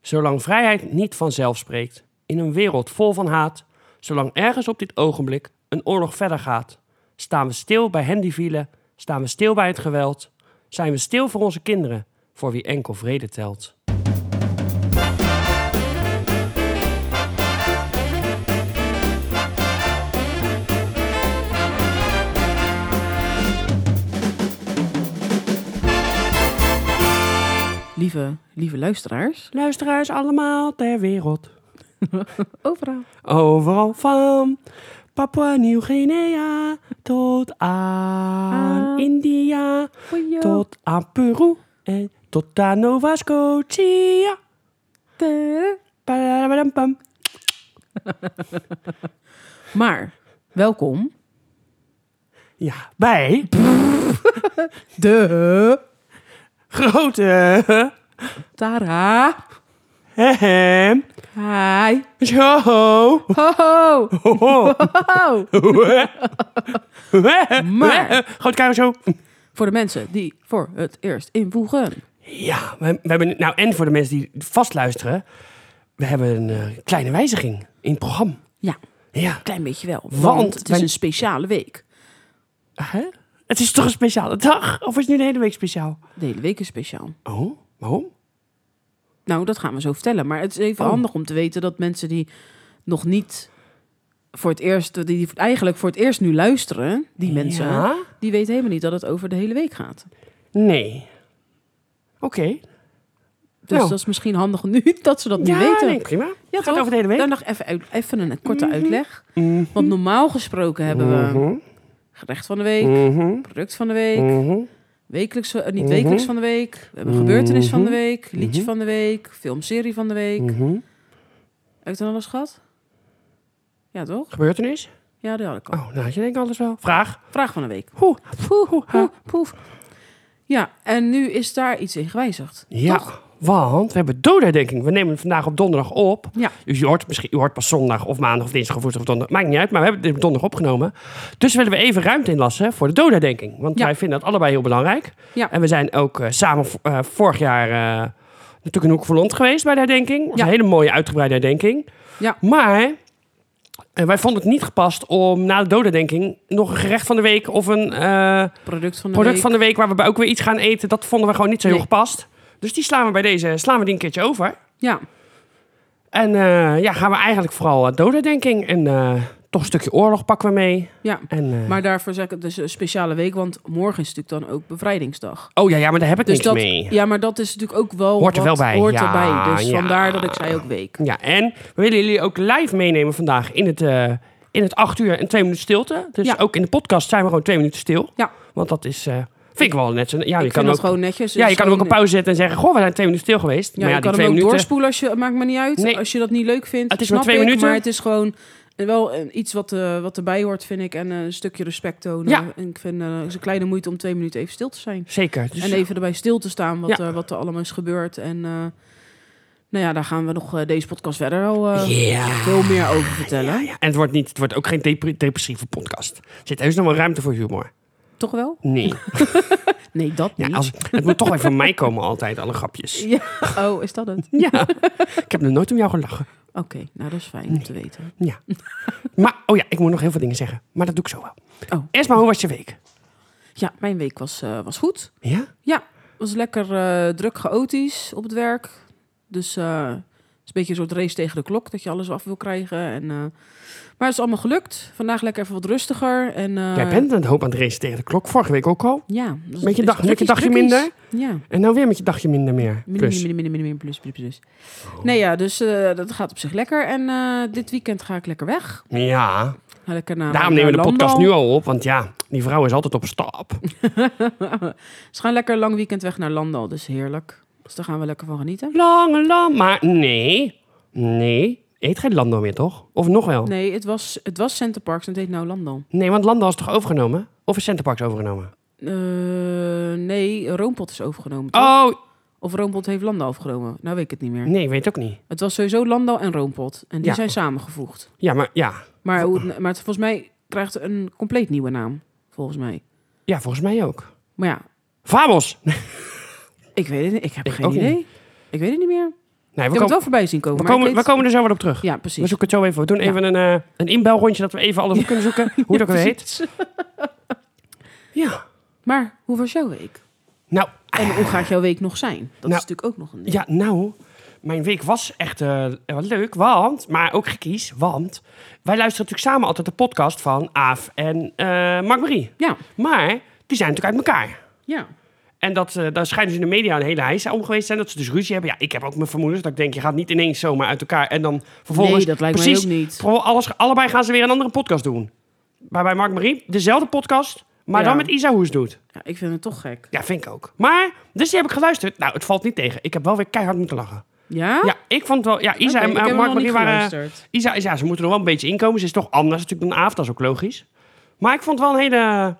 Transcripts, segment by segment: Zolang vrijheid niet vanzelf spreekt, in een wereld vol van haat, zolang ergens op dit ogenblik een oorlog verder gaat, staan we stil bij hen die vielen, staan we stil bij het geweld, zijn we stil voor onze kinderen, voor wie enkel vrede telt. Lieve, lieve luisteraars. Luisteraars allemaal ter wereld, Overal. overal van Papua Nieuw-Guinea tot aan Aan- India. Tot aan Peru en tot aan Nova Scotia. Padadabadampam. Maar, welkom. Ja, bij De grote Tara. hem Hi. show. Ho, ho. Ho, ho. Ho. Maar- Grote Karel show. Voor de mensen die voor het eerst invoegen. Ja, we, we hebben nou en voor de mensen die vast luisteren, we hebben een eh, kleine wijziging in het programma. Ja, Ja. klein beetje wel. Want, Want het is wij- een speciale week. Hè? Het is toch een speciale dag? Of is het nu de hele week speciaal? De hele week is speciaal. Oh, waarom? Nou, dat gaan we zo vertellen. Maar het is even Oh. handig om te weten dat mensen die nog niet voor het eerst, die eigenlijk voor het eerst nu luisteren, die mensen, Ja? die weten helemaal niet dat het over de hele week gaat. Nee. Oké. Dus Nou. dat is misschien handig nu dat ze dat niet weten. nee, prima. Ja, Gaat toch? over de hele week. Mhm. Dan nog even, uit- even een korte uitleg. Want normaal gesproken hebben we gerecht van de week, Mhm. product van de week, wekelijks, eh, niet wekelijks Mhm. van de week, we hebben gebeurtenis van de week, liedje van de week, filmserie van de week. Mhm. Heb ik dan alles gehad? Ja, toch? Gebeurtenis? Ja, dat had ik al. Oh, nou had je denk ik alles wel. Vraag. Vraag van de week. Hoe? Poeh, poeh, poef. Ja, en nu is daar iets in gewijzigd. Ja, Toch? want we hebben dodenherdenking. We nemen het vandaag op donderdag op. Ja. Dus je hoort, misschien, je hoort pas zondag of maandag of dinsdag of woensdag of donderdag. Maakt niet uit, maar we hebben het op donderdag opgenomen. Dus willen we even ruimte inlassen voor de dodenherdenking. Want Ja. wij vinden dat allebei heel belangrijk. Ja. En we zijn ook eh, samen v- eh, vorig jaar eh, natuurlijk in Hoek van Holland geweest bij de herdenking. Was Ja. Een hele mooie uitgebreide herdenking. Ja. Maar eh, wij vonden het niet gepast om na de dodenherdenking nog een gerecht van de week of een... eh, Product van de product week. van de week waar we bij ook weer iets gaan eten. Dat vonden we gewoon niet zo heel Nee. gepast. Dus die slaan we bij deze slaan we die een keertje over. Ja, En eh, ja, gaan we eigenlijk vooral eh, dodenherdenking en eh, toch een stukje oorlog pakken we mee. ja. En, eh, Maar daarvoor zeg ik het dus een speciale week, want morgen is natuurlijk dan ook bevrijdingsdag. oh ja, ja, maar daar heb ik Dus niks dat, mee. ja, maar dat is natuurlijk ook wel. Hoort er wat wel bij, Hoort ja, erbij. Dus ja. vandaar dat ik zei ook week. Ja, en we willen jullie ook live meenemen vandaag in het, eh, in het acht uur en twee minuten stilte. Dus Ja. ook in de podcast zijn we gewoon twee minuten stil. Ja. Want dat is, eh, vind ik wel net zo. Ja, je ik vind kan dat ook, gewoon netjes. ja, Het je is kan ook gewoon- een pauze zetten en zeggen, goh, we zijn twee minuten stil geweest. Ja, maar ja, je die kan twee hem ook minuten, doorspoelen als je. Maakt me niet uit. Nee. Als je dat niet leuk vindt. Het is maar snap twee ik, minuten. Maar het is gewoon wel eh, iets wat, eh, wat erbij hoort, vind ik. En eh, een stukje respect tonen. Ja. En ik vind eh, het is een kleine moeite om twee minuten even stil te zijn. Zeker. Dus En even erbij stil te staan wat, Ja. eh, wat er allemaal is gebeurd. En eh, nou ja, daar gaan we nog eh, deze podcast verder wel eh, Ja. veel meer over vertellen. Ja, en het wordt, niet, het wordt ook geen depre- depressieve podcast. Er zit heus nog wel ruimte voor humor. Toch wel? Nee. Nee, dat Ja, niet. als, het moet toch even van mij komen altijd, alle grapjes. Ja. Oh, is dat het? Ja. Ik heb nog nooit om jou gelachen. Oké, nou dat is fijn om te weten. Ja. Maar, oh ja, ik moet nog heel veel dingen zeggen. Maar dat doe ik zo wel. Oh. Eerst maar, hoe was je week? Ja, mijn week was, eh, was goed. Ja? Ja, was lekker eh, druk chaotisch op het werk. Dus eh het is een beetje een soort race tegen de klok, dat je alles af wil krijgen. En, eh, maar het is allemaal gelukt. Vandaag lekker even wat rustiger. En, eh, Jij bent een hoop aan het racen tegen de klok. Vorige week ook al. Ja. dat is- Beetje dag- drukjes, lekker dagje drukjes. minder. Ja. En nou weer met je dagje minder meer. Min, Plus. Oh. min, min, min, min, min, plus, plus, plus. Nee, ja, dus eh, dat gaat op zich lekker. En eh, dit weekend ga ik lekker weg. Ja. Ga Lekker naar Daarom naar nemen we de podcast Landal. nu al op. Want ja, die vrouw is altijd op stap. Ze gaan lekker een lang weekend weg naar Landal, dus heerlijk. Dus daar gaan we lekker van genieten. Lange lam. Maar nee. Nee. Eet geen Lando meer, toch? Of nog wel? Nee, het was, het was Center Parks en het heet nou Landal. Nee, want Landal is toch overgenomen? Of is Centerparks overgenomen? Eh, nee, Roompot is overgenomen. toch? Oh, Of Roompot heeft Landal overgenomen. Nou weet ik het niet meer. nee, weet ook niet. Het was sowieso Landal en Roompot. En die Ja. Oh. zijn samengevoegd. Ja, maar ja. Maar, hoe, het- maar het, volgens mij krijgt het een compleet nieuwe naam. Volgens mij. Ja, volgens mij ook. Maar ja, Famos! ik weet het niet. Ik heb Ik geen ook idee. Ik weet het niet meer. Nee, Ik we, heb het komen, wel voorbij zien komen. we, maar ik komen, we weet- komen er zo wat op terug. Ja, We precies. zoeken het zo even. We doen Ja. even een, eh, een inbelrondje dat we even alles op kunnen zoeken. Hoe dat ook weer heet. Precies. Ja. Maar hoe was jouw week? Nou, En hoe gaat jouw week nog zijn? Dat is Nou, natuurlijk ook nog een ding. ja, nou. Mijn week was echt eh, wel leuk, want, maar ook gekies, want wij luisteren natuurlijk samen altijd de podcast van Aaf en eh Mark-Marie. Ja, Maar die zijn natuurlijk uit elkaar. ja. En dat, eh, daar schijnen ze in de media een hele heisa om geweest zijn. Dat ze dus ruzie hebben. Ja, ik heb ook mijn vermoedens. Dat ik denk, je gaat niet ineens zomaar uit elkaar. En dan vervolgens... Nee, dat lijkt mij precies, ook niet. pro- Alles, allebei gaan ze weer een andere podcast doen. Waarbij Mark Marie dezelfde podcast, maar Ja. dan met Isa Hoes doet. ja, ik vind het toch gek. Ja, vind ik ook. Maar, dus die heb ik geluisterd. Nou, het valt niet tegen. Ik heb wel weer keihard moeten lachen. Ja? Ja, ik vond wel... Ja, Isa Ah? Oké, en ik heb eh, hem Mark nog niet Marie waren... geluisterd. Isa, Isa, ze moeten er wel een beetje inkomen. Ze is toch anders natuurlijk dan Aaf, dat is ook logisch. Maar ik vond het wel een hele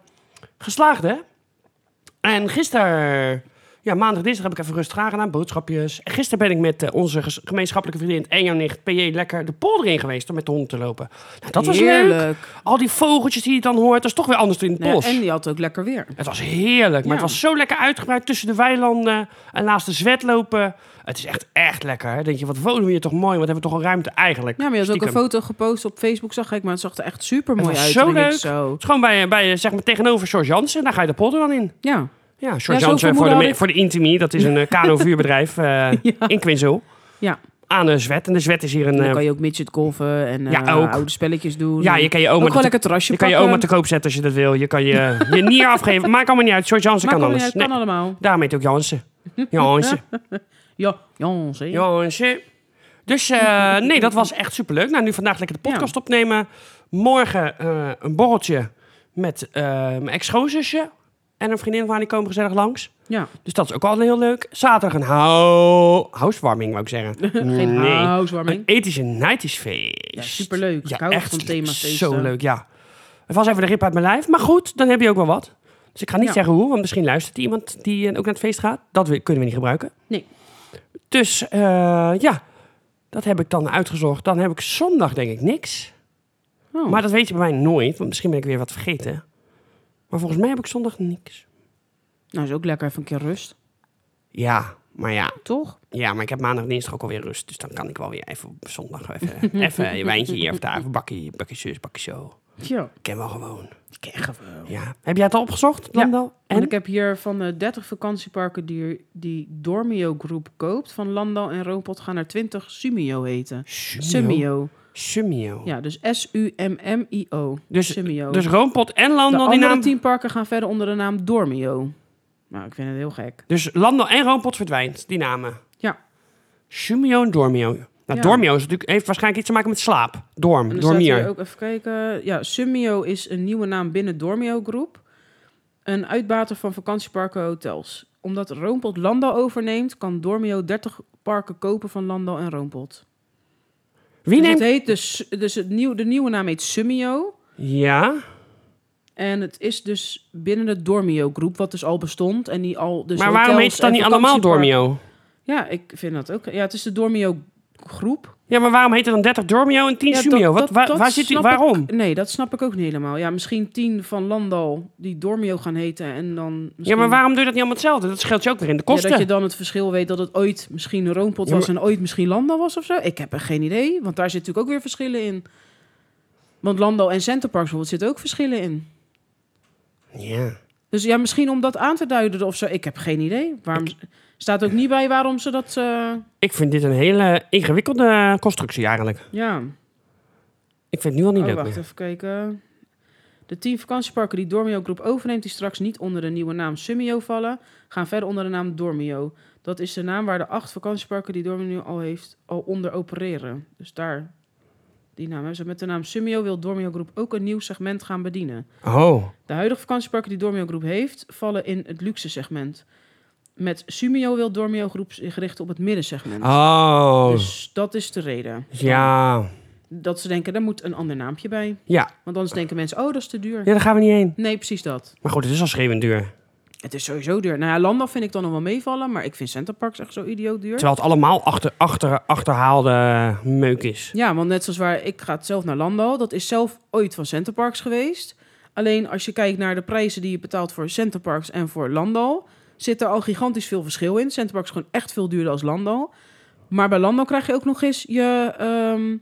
geslaagde. En gisteren, ja, maandag, dinsdag heb ik even rustig aangedaan, boodschapjes. En gisteren ben ik met eh, onze ges- gemeenschappelijke vriendin en jouw nicht PJ lekker de polder in geweest om met de hond te lopen. Nou, dat was leuk. Heerlijk. Al die vogeltjes die je dan hoort, dat is toch weer anders dan in het Nou ja, bos. en die had ook lekker weer. Het was heerlijk, maar Ja. het was zo lekker uitgebreid tussen de weilanden en naast de zwet lopen. Het is echt, echt lekker. Hè? Denk je, wat wonen we hier toch mooi, wat hebben we toch een ruimte eigenlijk. Ja, maar je had ook Stiekem. een foto gepost op Facebook, zag ik. Maar het zag er echt super mooi Het was uit. zo en ik denk leuk. Zo. Het is gewoon bij, bij, zeg maar, tegenover George Jansen. Daar ga je de polder dan in. Ja. Ja, George Ja, zo'n Jansen voor de, vermoeden me- had ik. voor de Intimi. Dat is een eh, kano-vuurbedrijf eh, in Quinzel. Ja. Aan de Zwet. En de Zwet is hier En een... dan eh, kan je ook midget golven en eh, Ja, ook. oude spelletjes doen. ja, je kan je ook oma, gewoon te, lekker terrasje je kan je pakken. oma te koop zetten als je dat wil. Je kan je, je nier afgeven. Maakt allemaal niet uit. George Jansen Maar kan kom, alles. ja, het Nee, kan allemaal. daarom heet hij ook Jansen. Jansen. Ja, ja, zie je. Jansen. Dus eh, nee, dat was echt superleuk. Nou, nu vandaag lekker de podcast opnemen. Morgen eh, een borreltje met eh, mijn ex-schoonzusje. En een vriendin van haar, die komen gezellig langs. Ja. Dus dat is ook altijd heel leuk. Zaterdag een hou housewarming, wou ik zeggen. Geen Nee. Een housewarming. ethische nighties feest. Ja, superleuk. Ik hou van themafeesten. Zo leuk, ja. Het was even de rip uit mijn lijf. Maar goed, dan heb je ook wel wat. Dus ik ga niet Ja. zeggen hoe, want misschien luistert iemand die eh, ook naar het feest gaat. Dat we- kunnen we niet gebruiken. Nee. Dus eh, ja, dat heb ik dan uitgezocht. Dan heb ik zondag denk ik niks. Oh. Maar dat weet je bij mij nooit, want misschien ben ik weer wat vergeten. Maar volgens mij heb ik zondag niks. Nou, is ook lekker even een keer rust. Ja, maar ja, Toch? Ja, maar ik heb maandag en dinsdag ook alweer rust. Dus dan kan ik wel weer even op zondag even, even een wijntje hier of daar. Even bakkie, bakkie zus, bakkie zo. Ja. Ik ken wel gewoon. Ik ken gewoon. Ja. Heb jij het al opgezocht, Lando? En En? ik heb hier van de 30 vakantieparken die, die Dormio Groep koopt, van Landal en Roompot gaan er 20 Sumio heten. Sumio. Sumio. Ja, dus S-U-M-M-I-O. Dus, Sumio. dus Roompot en de Landal andere die naam... 10 parken gaan verder onder de naam Dormio. Nou, ik vind het heel gek. Dus Landal en Roompot verdwijnt, die namen. Ja. Sumio en Dormio. Nou, Ja. Dormio is natuurlijk, heeft waarschijnlijk iets te maken met slaap. En Dorm, dan staat hier dormier. ook even kijken. Ja, Sumio is een nieuwe naam binnen Dormio Groep. Een uitbater van vakantieparken en hotels. Omdat Roompot Landal overneemt, kan Dormio 30 parken kopen van Landal en Roompot. Wie dus neemt... het heet dus, dus het nieuw, de nieuwe naam heet Sumio. Ja, Dus En het is dus binnen de Dormio groep, wat dus al bestond. En die al dus maar waarom hotels heet het dan en niet allemaal vakantieparken- Dormio? Ja, ik vind dat ook. Ja, het is de Dormio groep. Ja, maar waarom heet het dan 30 Dormio en 10 Ja, Sumio? dat- Wat, dat- waar, dat waar zit die, snap waarom? ik- nee, dat snap ik ook niet helemaal. Ja, misschien tien van Landal die Dormio gaan heten en dan Ja, misschien- maar waarom doe je dat niet allemaal hetzelfde? Dat scheelt je ook weer in de Ja, kosten. dat je dan het verschil weet dat het ooit misschien een roompot Ja, was en ooit misschien Landal was of zo. Ik heb er geen idee, want daar zit natuurlijk ook weer verschillen in. Want Landal en Centerparks bijvoorbeeld zitten ook verschillen in. Ja. Dus ja, misschien om dat aan te duiden of zo. Ik heb geen idee. Waarom staat ook niet bij waarom ze dat. eh, Ik vind dit een hele ingewikkelde constructie eigenlijk. ja. Ik vind het nu al niet oh, leuk wacht meer. even kijken. De tien vakantieparken die Dormio Groep overneemt, die straks niet onder de nieuwe naam Sumio vallen, gaan verder onder de naam Dormio. Dat is de naam waar de acht vakantieparken die Dormio al heeft, al onder opereren. Dus daar, die naam hebben ze. Met de naam Sumio wil Dormio Groep ook een nieuw segment gaan bedienen. Oh. De huidige vakantieparken die Dormio Groep heeft, vallen in het luxe segment. Met Sumio wil Dormio Groep zich richten op het middensegment. Oh. Dus dat is de reden. Ja. Dat ze denken, daar moet een ander naampje bij. ja. Want anders denken mensen, oh, dat is te duur. Ja, daar gaan we niet heen. Nee, precies dat. Maar goed, het is al schreeuwend duur. Het is sowieso duur. Nou ja, Landal vind ik dan nog wel meevallen, maar ik vind Centerparks echt zo idioot duur. Terwijl het allemaal achter, achter, achterhaalde meuk is. Ja, want net zoals waar ik ga het zelf naar Landal, dat is zelf ooit van Centerparks geweest. Alleen als je kijkt naar de prijzen die je betaalt voor Centerparks en voor Landal, zit er al gigantisch veel verschil in. Centerparks is gewoon echt veel duurder als Landal. Maar bij Lando krijg je ook nog eens je, ehm,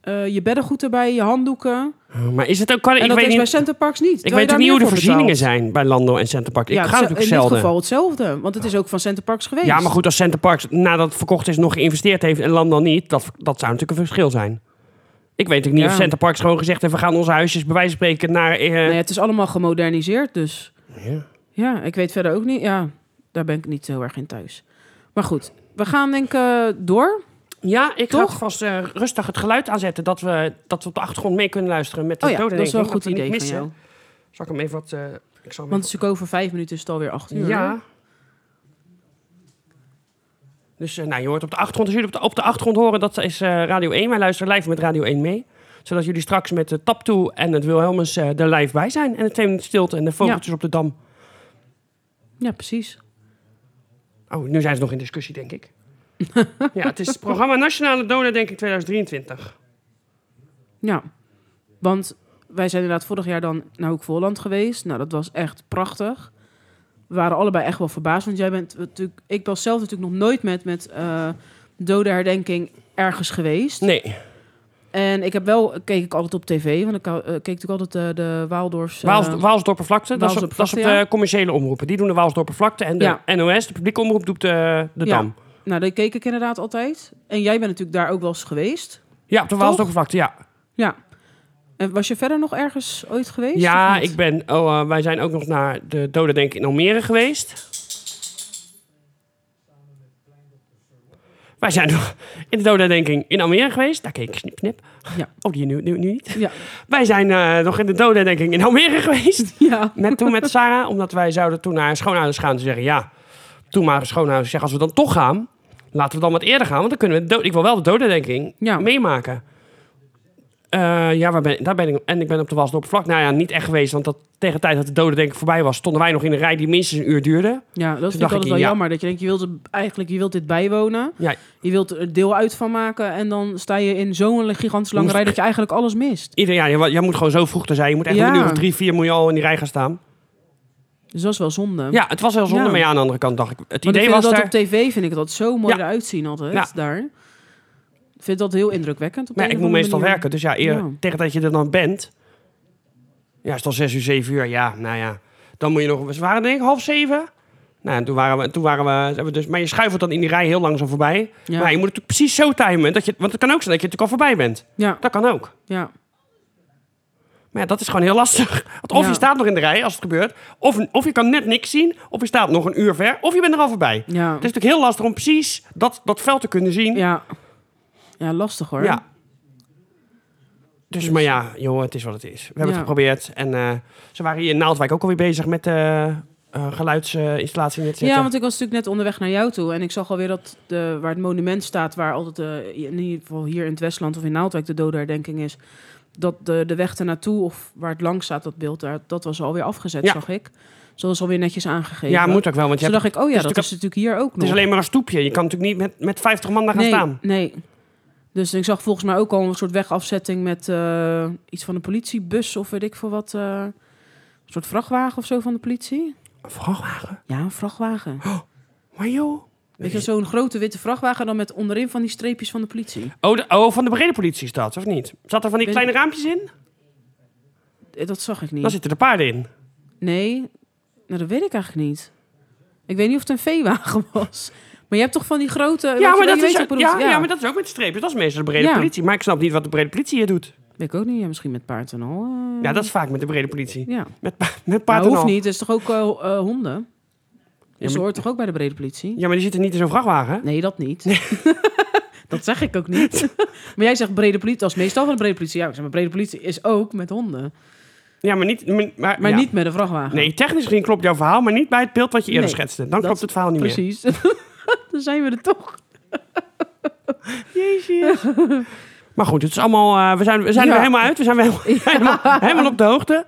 eh, je beddengoed erbij, je handdoeken. Maar is het ook... Kan, en ik dat weet is bij niet, Centerparks niet. ik terwijl je weet daar ook niet hoe de meer voor voorzieningen betaalt. zijn bij Lando en Centerpark. Ik Ja, ga het- natuurlijk In dit zelden. geval hetzelfde, want het is ook van Centerparks geweest. Ja, maar goed, als Centerparks nadat het verkocht is nog geïnvesteerd heeft en Lam dan niet, dat, dat zou natuurlijk een verschil zijn. Ik weet ook niet Ja. of Centerparks gewoon gezegd heeft, we gaan onze huisjes bij wijze van spreken naar... eh, Nee, het is allemaal gemoderniseerd, dus... ja. Ja, ik weet verder ook niet. Ja, daar ben ik niet heel erg in thuis. Maar goed, we gaan denk ik eh, door. Ja, ik ga Toch? vast eh, rustig het geluid aanzetten, dat we, dat we op de achtergrond mee kunnen luisteren met de Oh ja, dat dodenherdenking, is wel een goed we niet idee van missen. jou. Zal ik hem even wat... eh, ik zal hem Want het is ook over vijf minuten is het alweer acht uur. even- ja. Dus eh, nou, je hoort op de achtergrond, als jullie op de, op de achtergrond horen, dat is eh, Radio 1. Wij luisteren live met Radio 1 mee. Zodat jullie straks met de tap toe en het Wilhelmus eh er live bij zijn. En het thema stilte en de vogeltjes op de dam. Ja, precies. Oh, nu zijn ze nog in discussie, denk ik. ja, het is het programma Nationale Doden, denk ik, 2023. Ja, want wij zijn inderdaad vorig jaar dan naar Hoek Voorland geweest. Nou, dat was echt prachtig. We waren allebei echt wel verbaasd, want jij bent natuurlijk... Ik was zelf natuurlijk nog nooit met, met eh dode herdenking ergens geweest. Nee. En ik heb wel, keek ik altijd op tv, want ik eh, keek natuurlijk altijd de, de Waaldorfs... eh, Waals, Waalsdorpervlakte, dat is op, dat is op Waalsdorpervlakte, de commerciële omroepen. Die doen de Waalsdorpervlakte en de Ja. NOS, de publieke omroep, doet de, de Ja. Dam. Nou, dat keek ik inderdaad altijd. En jij bent natuurlijk daar ook wel eens geweest. Ja, op de Toch? Waalsdorpervlakte, ja. Ja. En was je verder nog ergens ooit geweest? Ja, of niet? ik ben, oh, eh, wij zijn ook nog naar de Dode Denk in Almere geweest. Wij zijn nog in de Dode Denking in Almere geweest. Daar keek ik snip, snip. Ja. Oh, die nu, nu, nu niet. Ja. Wij zijn eh, nog in de Dode Denking in Almere geweest. ja. Met, toen met Sarah, omdat wij zouden toen naar haar schoonouders gaan. Ze zeggen, ja, toen maar haar schoonouders zeggen, als we dan toch gaan, laten we dan wat eerder gaan. Want dan kunnen we, de dood, ik wil wel de dodendenking Ja. meemaken. Eh, ja, waar ben, daar ben ik. En ik ben op de Wasdorp vlak. Nou ja, niet echt geweest, want dat, tegen de tijd dat de dodendenking voorbij was, stonden wij nog in een rij die minstens een uur duurde. Ja, dat vind ik dacht altijd ik, wel ja. jammer. Dat je denkt, je wilt er, eigenlijk je wilt dit bijwonen. Ja. Je wilt er deel uit van maken. En dan sta je in zo'n gigantische lange Moest- rij dat je eigenlijk alles mist. Ieder jaar, jij moet gewoon zo vroeg er zijn. Je moet echt Ja. een uur of drie, vier moet je al in die rij gaan staan. Dus dat is wel zonde. Ja, het was wel zonde, Ja. maar ja, aan de andere kant dacht ik. Het Want ik idee vind was dat er. op tv vind ik dat zo mooi Ja. eruit zien altijd. Ja. Daar. Ik vind dat heel indrukwekkend. Op Maar de ja, ik een moet of andere meestal manier. werken. Dus ja, eer, Ja. tegen dat je er dan bent. Ja, is het al zes uur, zeven uur. Ja, nou ja. Dan moet je nog... Ze waren denk ik half zeven. Nou, en toen waren we... Toen waren we, hebben we dus, maar je schuift dan in die rij heel langzaam voorbij. Maar je Ja. moet het natuurlijk precies zo timen. Dat je, want het kan ook zijn dat je natuurlijk al voorbij bent. Ja, Dat kan ook. ja. Maar ja, dat is gewoon heel lastig. Want of Ja. je staat nog in de rij als het gebeurt. Of, of je kan net niks zien. Of je staat nog een uur ver. Of je bent er al voorbij. ja. Het is natuurlijk heel lastig om precies dat, dat veld te kunnen zien. Ja. Ja, lastig hoor. Ja. Dus, maar ja, joh, het is wat het is. We hebben Ja. het geprobeerd. En eh, ze waren hier in Naaldwijk ook alweer bezig met eh, geluidsinstallatie neerzetten. Ja, want ik was natuurlijk net onderweg naar jou toe. En ik zag alweer dat de, waar het monument staat, waar altijd eh, in ieder geval hier in het Westland of in Naaldwijk de dode herdenking is. Dat de, de weg ernaartoe, of waar het langs staat, dat beeld daar, dat was alweer afgezet, Ja. zag ik. Dus dat is alweer netjes aangegeven. ja, moet ook wel, want je Toen hebt, dacht ik, oh ja, het is dat is natuurlijk hier ook nog. het is alleen maar een stoepje. Je kan natuurlijk niet met, met 50 man daar gaan nee, staan. Nee. Dus ik zag volgens mij ook al een soort wegafzetting met eh, iets van een politiebus of weet ik veel wat. eh, een soort vrachtwagen of zo van de politie. Een vrachtwagen? Ja, een vrachtwagen. Maar joh. Weet je, zo'n grote witte vrachtwagen dan met onderin van die streepjes van de politie. Oh, de, oh, van de brede politie is dat, of niet? Zat er van die Weet- kleine raampjes in? Eh, Dat zag ik Daar niet. zitten de paarden in. Nee, nou, dat weet ik eigenlijk niet. Ik weet niet of het een veewagen was. Maar je hebt toch van die grote... weet je Ja wel, maar, dat je weet is, wat ik bedoel. ja, ja. maar dat is ook met streepjes. Dat is meestal de brede Ja. politie. Maar ik snap niet wat de brede politie hier doet. Weet ik ook niet. Ja, misschien met paard en al. eh. Ja, dat is vaak met de brede politie. Ja. Met, pa- met Maar paarden Nou, hoeft al. niet. Het is toch ook eh, eh, honden? Ja, Dus ze maar- hoort toch ook bij de brede politie? Ja, maar die zitten niet in zo'n vrachtwagen. Nee, dat niet. dat zeg ik ook niet. maar jij zegt brede politie. Dat is meestal van de brede politie. Ja, ik zeg maar brede politie is ook met honden. Ja, maar niet... Maar, maar- Maar ja. niet met een vrachtwagen. Nee, technisch gezien klopt jouw verhaal, maar niet bij het beeld wat je eerder Nee, schetste. Dan dat- klopt het verhaal niet Precies. Dan zijn we er toch. meer. Jezus. maar goed, het is allemaal, eh, we zijn, we zijn Ja. er helemaal uit. We zijn weer helemaal, helemaal, helemaal op de hoogte.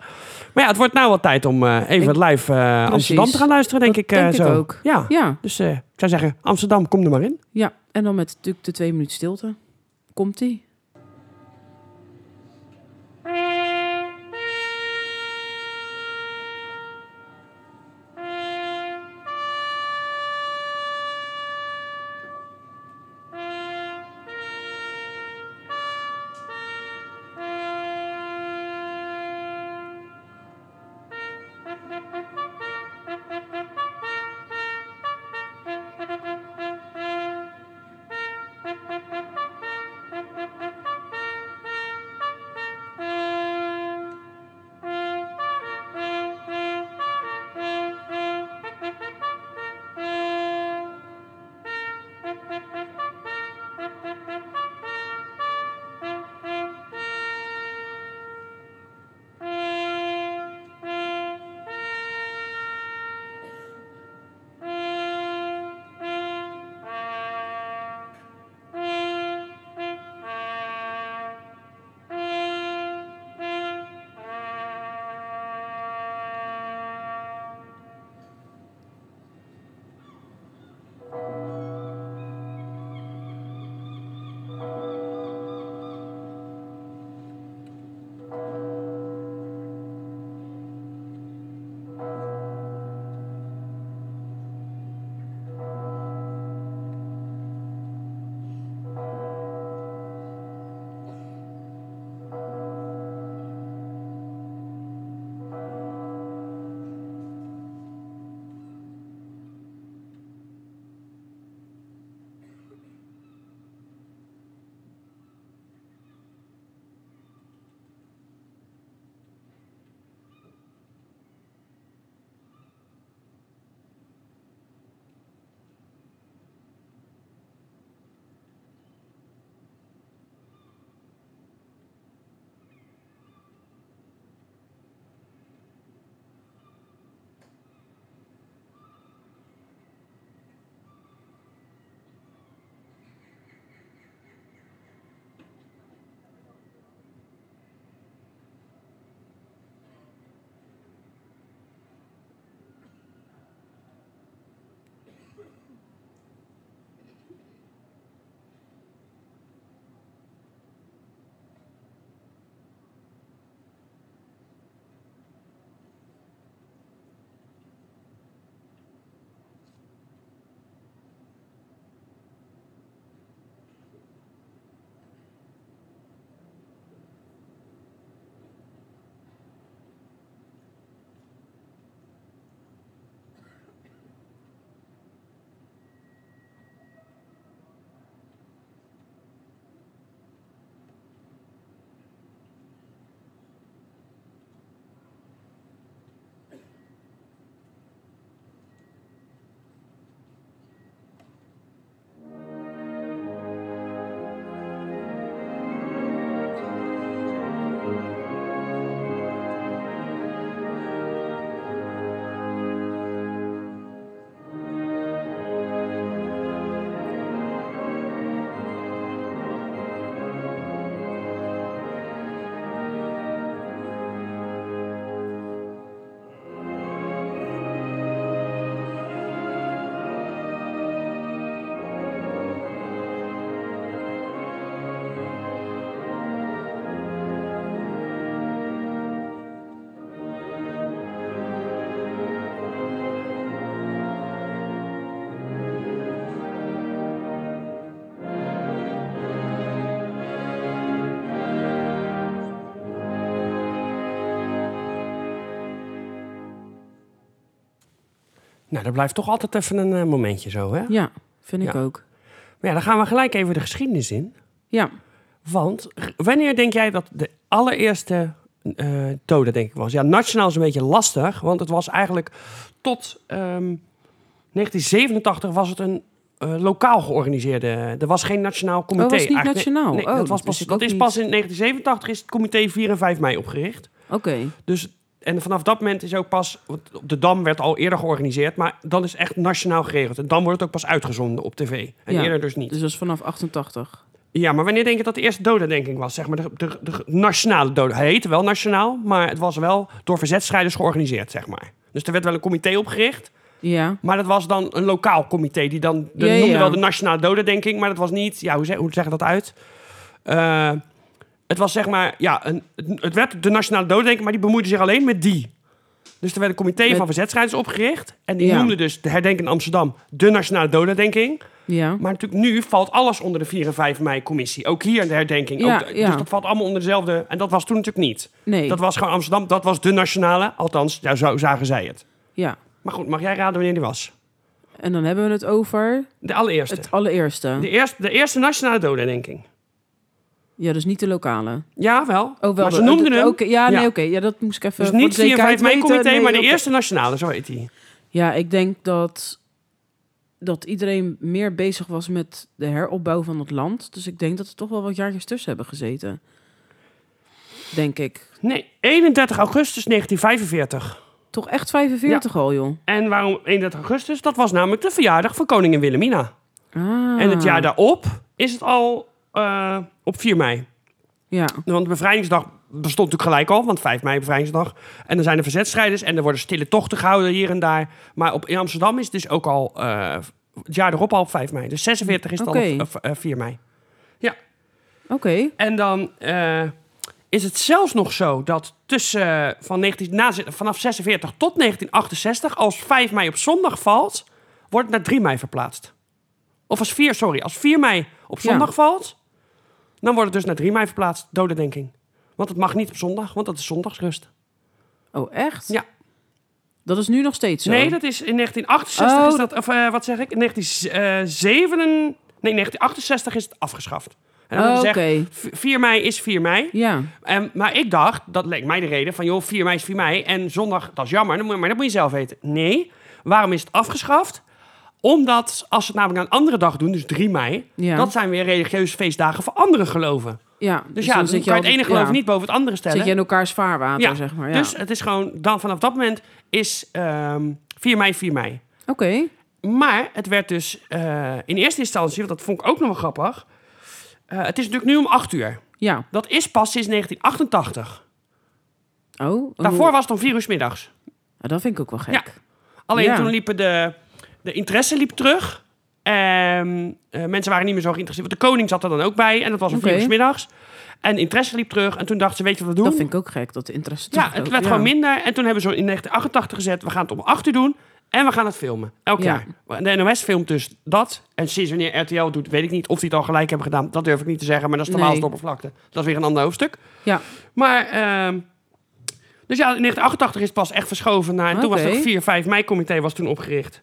Maar ja, het wordt nou wel tijd om eh, even Ik- het live eh, Amsterdam te gaan luisteren, denk Dat ik. eh, denk ik zo. ook. Ja, Ja, dus eh, ik zou zeggen, Amsterdam, kom er maar in. ja. En dan met natuurlijk de twee minuten stilte. Komt-ie. Thank you. Nou, dat blijft toch altijd even een eh, momentje zo, hè? Ja, vind ik Ja. ook. Maar ja, dan gaan we gelijk even de geschiedenis in. Ja, Want g- wanneer denk jij dat de allereerste eh dode, denk ik, was? Ja, nationaal is een beetje lastig, want het was eigenlijk tot ehm, 1987 was het een eh, lokaal georganiseerde. Er was geen nationaal comité. Oh, was het niet eigenlijk. Nee, nationaal? Nee, Oh, dat was dat pas, wist ik dat ook is niet. pas in 1987 is het comité 4 en 5 mei opgericht. oké. Dus, en vanaf dat moment is ook pas, want op de Dam werd al eerder georganiseerd, maar dan is echt nationaal geregeld. En dan wordt het ook pas uitgezonden op tv. En Ja. eerder dus niet. Dus dat is vanaf 88. Ja, maar wanneer denk je dat de eerste dodendenking was? Zeg maar de, de, de nationale doden. Hij heette wel nationaal, maar het was wel door verzetstrijders georganiseerd, zeg maar. Dus er werd wel een comité opgericht, Ja, maar dat was dan een lokaal comité. Die dan, de, Ja, ja, noemde ja. wel de nationale dodendenking, maar dat was niet... Ja, hoe zeg, hoe zeg ik dat uit? Eh, het was zeg maar, ja, een, het- het werd de nationale dodendenking, maar die bemoeide zich alleen met die. Dus er werd een comité Met- van verzetstrijders opgericht. En die Ja. noemde dus de herdenking in Amsterdam de nationale dodendenking. ja. Maar natuurlijk, nu valt alles onder de 4 en 5 mei-commissie. Ook hier in de herdenking. Ja, Ook de- ja. Dus dat valt allemaal onder dezelfde. En dat was toen natuurlijk niet. Nee, Dat was gewoon Amsterdam, dat was de nationale. Althans, ja, zo zagen zij het. ja. Maar goed, mag jij raden wanneer die was? En dan hebben we het over De allereerste. het allereerste. De, eerste de eerste nationale dodendenking. Ja, dus niet de lokale. Ja, wel. Oh, wel. maar ze de- noemden de- hem. oké, ja, nee, Ja. oké. Ja, dat moest ik even. Dus voor niet de 4 en 5 zekerheid weten. mei-comité, Nee, maar de oké. eerste nationale, zo heet die. Ja, ik denk dat, dat iedereen meer bezig was met de heropbouw van het land. Dus ik denk dat er toch wel wat jaartjes tussen hebben gezeten. Denk ik. Nee, 31 augustus 1945. Toch echt 45 al, joh. En waarom 31 augustus? Dat was namelijk de verjaardag van koningin Wilhelmina. Ah. En het jaar daarop is het al eh, op 4 mei. Ja, Want bevrijdingsdag bestond natuurlijk gelijk al, want 5 mei bevrijdingsdag. En er zijn er verzetstrijders en er worden stille tochten gehouden hier en daar. Maar op, in Amsterdam is het dus ook al eh, het jaar erop al op 5 mei. Dus 46 is het Oké. al op, eh, eh, 4 mei. oké. En dan eh, is het zelfs nog zo dat tussen, eh, van 19, na, vanaf 46 tot 1968, als 5 mei op zondag valt, wordt het naar 3 mei verplaatst. Of als 4, sorry, als 4 mei op Ja. zondag valt, dan wordt het dus naar 3 mei verplaatst, dodendenking. Want het mag niet op zondag, want dat is zondagsrust. Oh, echt? Ja. Dat is nu nog steeds zo? Nee, dat is in 1968 Oh, is dat, of eh, wat zeg ik, in 1907, nee, 1968 is het afgeschaft. En dan Oh, hebben oké. ze gezegd, 4 mei is 4 mei. Ja. En, Ehm, maar ik dacht, dat leek mij de reden van, joh, 4 mei is 4 mei en zondag, dat is jammer, dan moet je- maar dat moet je zelf weten. Nee, waarom is het afgeschaft? Omdat als ze het namelijk aan een andere dag doen, dus 3 mei, Ja. dat zijn weer religieuze feestdagen voor andere geloven. ja. Dus, ja, dan, zit je kan je het altijd- ene geloof ja, niet boven het andere stellen. Zit je in elkaars vaarwater, Ja, zeg maar. Ja. Dus het is gewoon, dan vanaf dat moment is ehm 4 mei 4 mei. Oké. Maar het werd dus eh, in eerste instantie, want dat vond ik ook nog wel grappig. eh, het is natuurlijk nu om 8 uur. Ja. Dat is pas sinds 1988. Oh. Daarvoor was het om 4 uur 's middags. Ah, dat vind ik ook wel gek. Ja. Alleen Ja. toen liepen de, de interesse liep terug. Ehm, eh, mensen waren niet meer zo geïnteresseerd. Want de koning zat er dan ook bij. En dat was om 4 Oké. uur 's middags. En de interesse liep terug. En toen dachten ze, weet je wat we doen? Dat vind ik ook gek, dat de interesse ja, terugloopt. het werd gewoon minder. En toen hebben ze in 1988 gezet, we gaan het om 8 uur doen. En we gaan het filmen. Elk Ja. jaar. De NOS filmt dus dat. En sinds wanneer RTL doet, weet ik niet of die het al gelijk hebben gedaan. Dat durf ik niet te zeggen, maar dat is de Nee. maalsoppervlakte. Dat is weer een ander hoofdstuk. Ja. Maar, ehm, dus ja, in 1988 is het pas echt verschoven naar... En toen was Oké. het 4, 5 mei-comité was toen opgericht.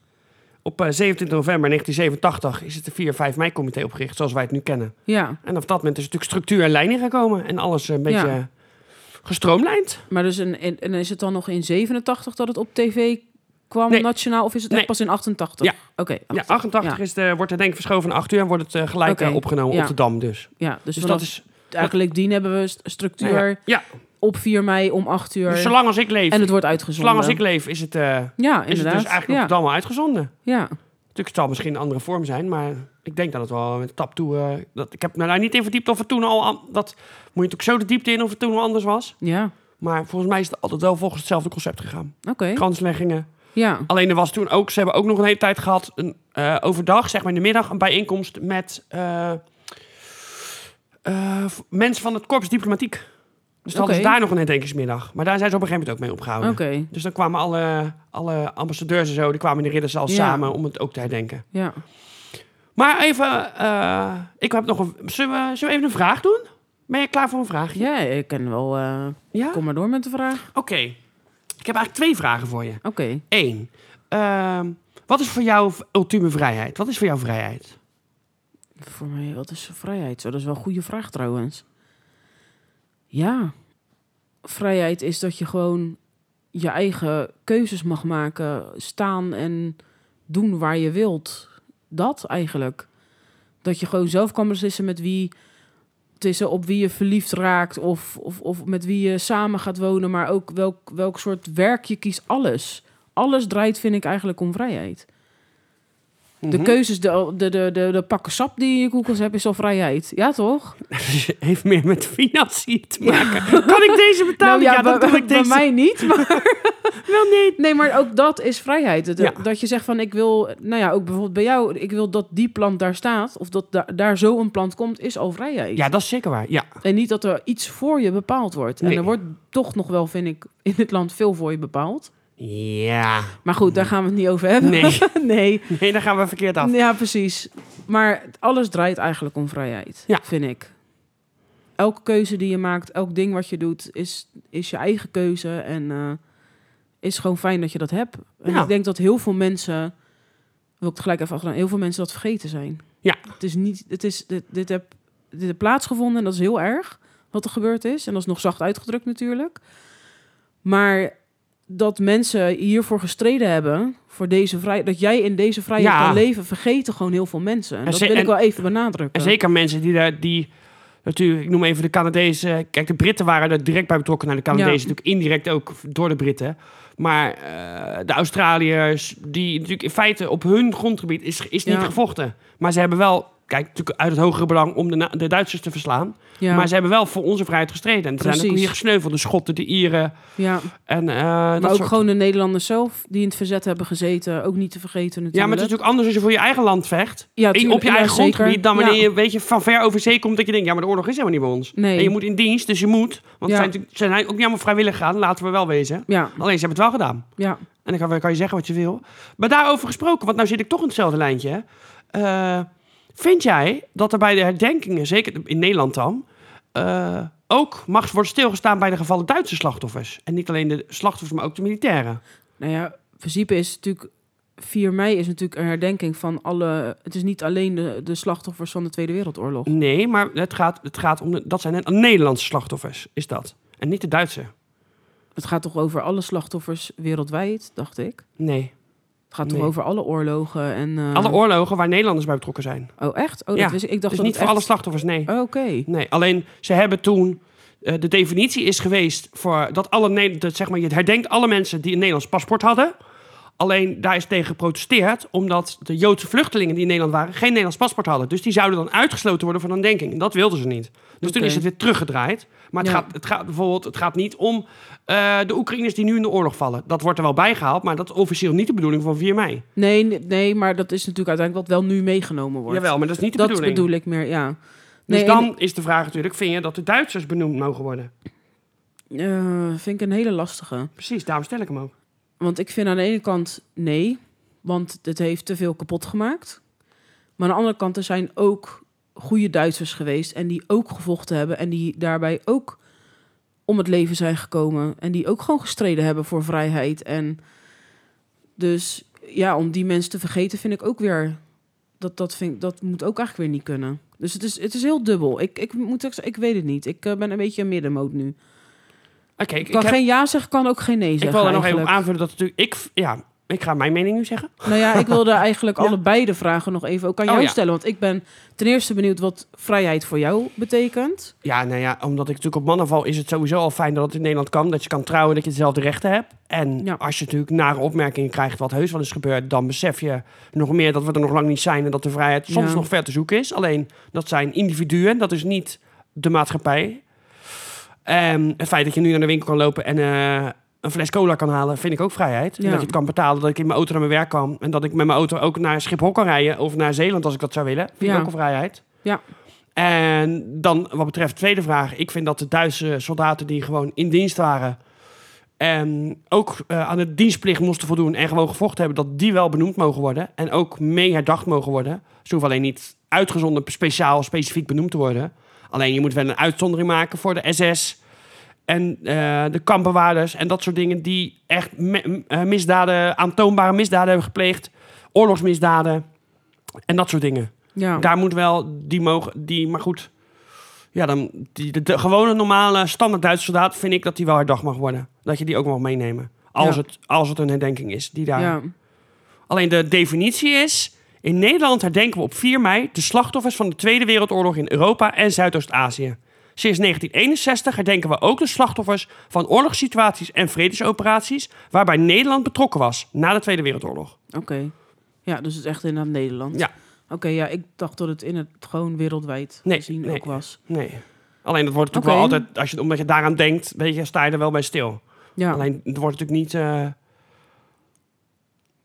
Op eh, 27 november 1987 is het de 4, 5 mei-comité opgericht, zoals wij het nu kennen. Ja, En op dat moment is natuurlijk structuur en leiding gekomen. En alles eh, een beetje Ja. gestroomlijnd. maar dus in, in- en is het dan nog in 87 dat het op tv kwam Nee. nationaal? Of is het echt Nee. pas in 88? Ja. Oké. Ja, 88. 88 Ja. Is de, wordt er denk ik verschoven naar 8 uur en wordt het eh, gelijk Oké, eh, opgenomen ja. op de Dam dus. Ja, dus, Dus vanaf dat is... eigenlijk dien hebben we st- structuur nou ja, ja, op 4 mei om 8 uur. dus zolang als ik leef, en het wordt uitgezonden. zolang als ik leef is het, eh, ja, is het inderdaad. dus eigenlijk op ja. de Dam al uitgezonden. ja. Natuurlijk, het zal misschien een andere vorm zijn, maar ik denk dat het wel met tap toe... eh, dat, ik heb me daar niet in verdiept of het toen al... an- Dat moet je natuurlijk zo de diepte in of het toen al anders was. Ja, Maar volgens mij is het altijd wel volgens hetzelfde concept gegaan. oké. Kansleggingen. Ja, Alleen er was toen ook, ze hebben ook nog een hele tijd gehad, een, eh, overdag, zeg maar in de middag, een bijeenkomst met eh, eh, v- mensen van het korps diplomatiek. Dus dan hadden ze Oké. daar nog een herdenkingsmiddag. Maar daar zijn ze op een gegeven moment ook mee oké. opgehouden. Dus dan kwamen alle, alle ambassadeurs en zo, die kwamen in de ridderzaal Ja. samen om het ook te herdenken. Ja. Maar even, eh, ik heb nog een, zullen we, zullen we even een vraag doen? Ben je klaar voor een vraag? ja, ik ken wel... eh, Ja? Oké. kom maar door met de vraag. Ik heb eigenlijk twee vragen voor je. Oké. Eén, ehm, wat is voor jou ultieme vrijheid? Wat is voor jou vrijheid? Voor mij, wat is vrijheid? Zo, dat is wel een goede vraag trouwens. Ja, vrijheid is dat je gewoon je eigen keuzes mag maken, staan en doen waar je wilt. Dat eigenlijk. Dat je gewoon zelf kan beslissen met wie, tussen op wie je verliefd raakt of, of, of met wie je samen gaat wonen, maar ook welk, welk soort werk je kiest. Alles. Alles draait, vind ik, eigenlijk om vrijheid. Mhm. De keuzes, de, de, de, de, de pakken sap die je in je koelkast hebt, is al vrijheid. Ja, toch? Heeft meer met financiën te maken. Kan ik deze betalen? Nou ja, dan Nou bij- kan ik bij deze. mij niet, maar... Wel nee. Nee, maar ook dat is vrijheid. Dat, Ja. dat je zegt van, ik wil... Nou ja, ook bijvoorbeeld bij jou, ik wil dat die plant daar staat... of dat da- daar zo een plant komt, is al vrijheid. Ja, dat is zeker waar. Ja. En niet dat er iets voor je bepaald wordt. Nee. En er wordt toch nog wel, vind ik, in dit land veel voor je bepaald. Ja. Maar goed, daar gaan we het niet over hebben. Mhm. Nee. nee. Nee, dan gaan we verkeerd af. Ja, precies. Maar alles draait eigenlijk om vrijheid, Ja. vind ik. Elke keuze die je maakt, elk ding wat je doet, is, is je eigen keuze. En eh, is gewoon fijn dat je dat hebt. En Ja. ik denk dat heel veel mensen, wil ik het gelijk even achteraan, heel veel mensen dat vergeten zijn. Ja. Het is niet, het is, dit, dit, heb, dit heeft plaatsgevonden en dat is heel erg wat er gebeurd is. En dat is nog zacht uitgedrukt natuurlijk. Maar dat mensen hiervoor gestreden hebben, voor deze vrij, dat jij in deze vrijheid Ja. kan leven, vergeten gewoon heel veel mensen. En En dat ze- wil ik en- wel even benadrukken. En zeker mensen die daar, die natuurlijk, ik noem even de Canadezen. Kijk, de Britten waren er direct bij betrokken. Nou, de Canadezen Ja. natuurlijk indirect ook door de Britten. Maar eh, de Australiërs, die natuurlijk in feite op hun grondgebied is, is niet Ja. gevochten. Maar ze hebben wel, kijk, natuurlijk uit het hogere belang om de, Na- de Duitsers te verslaan. Ja, Maar ze hebben wel voor onze vrijheid gestreden. En er zijn ook Precies. hier gesneuveld, de Schotten, de Ieren. ja. En, eh, dat maar ook soort- gewoon de Nederlanders zelf die in het verzet hebben gezeten, ook niet te vergeten natuurlijk. Ja, maar het is natuurlijk anders als je voor je eigen land vecht. Ja, in- op tuurlijk. je Ja, eigen zeker. grondgebied. Dan wanneer Ja. je weet je, van ver over zee komt. Dat je denkt, ja, maar de oorlog is helemaal niet bij ons. Nee. En je moet in dienst, dus je moet. Want Ja. ze zijn, ze zijn ook niet allemaal vrijwillig gaan, laten we wel wezen. Ja, Alleen ze hebben het wel gedaan. ja. En dan kan, kan je zeggen wat je wil. Maar daarover gesproken, want nou zit ik toch in hetzelfde lijntje. hè. Eh, vind jij dat er bij de herdenkingen, zeker in Nederland dan... eh, ook mag worden stilgestaan bij de gevallen Duitse slachtoffers? En niet alleen de slachtoffers, maar ook de militairen. Nou ja, in principe is het natuurlijk 4 mei is natuurlijk een herdenking van alle. Het is niet alleen de, de slachtoffers van de Tweede Wereldoorlog. Nee, maar het gaat, het gaat om... de- dat zijn net Nederlandse slachtoffers, is dat. En niet de Duitse. Het gaat toch over alle slachtoffers wereldwijd, dacht ik. Nee. Het gaat Nee. toch over alle oorlogen en. eh, Alle oorlogen waar Nederlanders bij betrokken zijn. Oh echt? Oh, Ja, dat wist ik. Ik dacht Dus dat niet het voor alle echt- slachtoffers, nee. Oh, Oké. Nee, alleen ze hebben toen... eh, de definitie is geweest voor dat alle Ne- dat, zeg maar, je herdenkt alle mensen die een Nederlands paspoort hadden. Alleen daar is tegen geprotesteerd, omdat de Joodse vluchtelingen die in Nederland waren geen Nederlands paspoort hadden. Dus die zouden dan uitgesloten worden van een denking. En dat wilden ze niet. Dus toen Oké. is het weer teruggedraaid. Maar het, Ja. gaat, het gaat bijvoorbeeld het gaat niet om eh, de Oekraïners die nu in de oorlog vallen. Dat wordt er wel bijgehaald, maar dat is officieel niet de bedoeling van 4 mei. Nee, nee, nee, maar dat is natuurlijk uiteindelijk wat wel nu meegenomen wordt. Jawel, maar dat is niet de dat bedoeling. bedoel ik meer, ja. Dus Nee, dan is de vraag natuurlijk, vind je dat de Duitsers benoemd mogen worden? en, eh, vind ik een hele lastige. Precies, daarom stel ik hem ook. Want ik vind aan de ene kant nee, want het heeft te veel kapot gemaakt. Maar aan de andere kant, er zijn ook goede Duitsers geweest en die ook gevochten hebben en die daarbij ook om het leven zijn gekomen en die ook gewoon gestreden hebben voor vrijheid. En dus ja, om die mensen te vergeten vind ik ook weer dat dat vind, ik- dat moet ook eigenlijk weer niet kunnen. Dus het is, het is heel dubbel. Ik, ik moet ook zeggen, ik weet het niet. Ik eh, ben een beetje in middenmoot nu. Oké, ik, Ik ik kan heb- geen ja zeggen, kan ook geen nee ik zeggen. wil er nog even eigenlijk. op aanvullen dat natuurlijk... Ik, ja, ik ga mijn mening nu zeggen. Nou ja, ik wilde eigenlijk Ja. allebei de vragen nog even ook aan Oh, jou ja. stellen. Want ik ben ten eerste benieuwd wat vrijheid voor jou betekent. Ja, nou ja, omdat ik natuurlijk op mannen val... is het sowieso al fijn dat het in Nederland kan. Dat je kan trouwen, dat je dezelfde rechten hebt. En Ja. als je natuurlijk nare opmerkingen krijgt wat heus wel is gebeurd... dan besef je nog meer dat we er nog lang niet zijn... en dat de vrijheid soms Ja. nog ver te zoeken is. Alleen, dat zijn individuen, dat is niet de maatschappij. Ehm, het feit dat je nu naar de winkel kan lopen en eh, een fles cola kan halen, vind ik ook vrijheid. En Ja. Dat je het kan betalen, dat ik in mijn auto naar mijn werk kan. En dat ik met mijn auto ook naar Schiphol kan rijden of naar Zeeland als ik dat zou willen. Vind Ja. ik ook een vrijheid. Ja. En dan wat betreft de tweede vraag. Ik vind dat de Duitse soldaten die gewoon in dienst waren... en ook eh, aan de dienstplicht moesten voldoen en gewoon gevochten hebben... dat die wel benoemd mogen worden en ook mee herdacht mogen worden. Ze hoeven alleen niet uitgezonden speciaal specifiek benoemd te worden... Alleen je moet wel een uitzondering maken voor de SS En eh, de kampbewaarders en dat soort dingen die echt me- m- eh, misdaden, aantoonbare misdaden hebben gepleegd. Oorlogsmisdaden en dat soort dingen. Ja. Daar moet wel, die mogen, die, maar goed. Ja, dan, die, de, de gewone normale standaard Duitse soldaat vind ik dat die wel herdacht mag worden. Dat je die ook mag meenemen. Als, Ja. het, als het een herdenking is. Die daar. ja. Alleen de definitie is... In Nederland herdenken we op 4 mei de slachtoffers van de Tweede Wereldoorlog in Europa en Zuidoost-Azië. Sinds 1961 herdenken we ook de slachtoffers van oorlogssituaties en vredesoperaties waarbij Nederland betrokken was na de Tweede Wereldoorlog. Oké. Ja, dus het is echt inderdaad Nederland. Ja. Oké, ja, ik dacht dat het in het gewoon wereldwijd Nee, gezien nee. ook was. Nee. Alleen dat wordt natuurlijk Oké. wel altijd, als je, omdat je daaraan denkt, weet je, sta je er wel bij stil. Ja. Alleen het wordt natuurlijk niet, eh,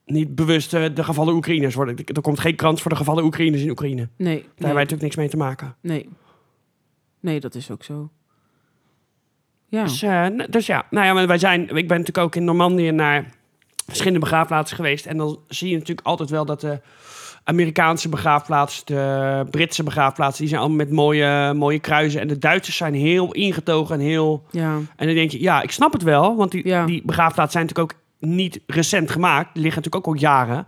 niet bewust eh, de gevallen Oekraïners. Worden. Er komt geen krant voor de gevallen Oekraïners in Oekraïne. Daar nee. Nee. hebben wij natuurlijk niks mee te maken. nee. Nee, dat is ook zo. Ja. Dus, eh, n- dus ja, nou ja, maar wij zijn, ik ben natuurlijk ook in Normandië naar verschillende begraafplaatsen geweest. En dan zie je natuurlijk altijd wel dat de Amerikaanse begraafplaats, de Britse begraafplaatsen, die zijn allemaal met mooie, mooie kruisen. En de Duitsers zijn heel ingetogen en heel. Ja. En dan denk je, ja, ik snap het wel, want die, Ja. die begraafplaatsen zijn natuurlijk ook niet recent gemaakt. Die liggen natuurlijk ook al jaren.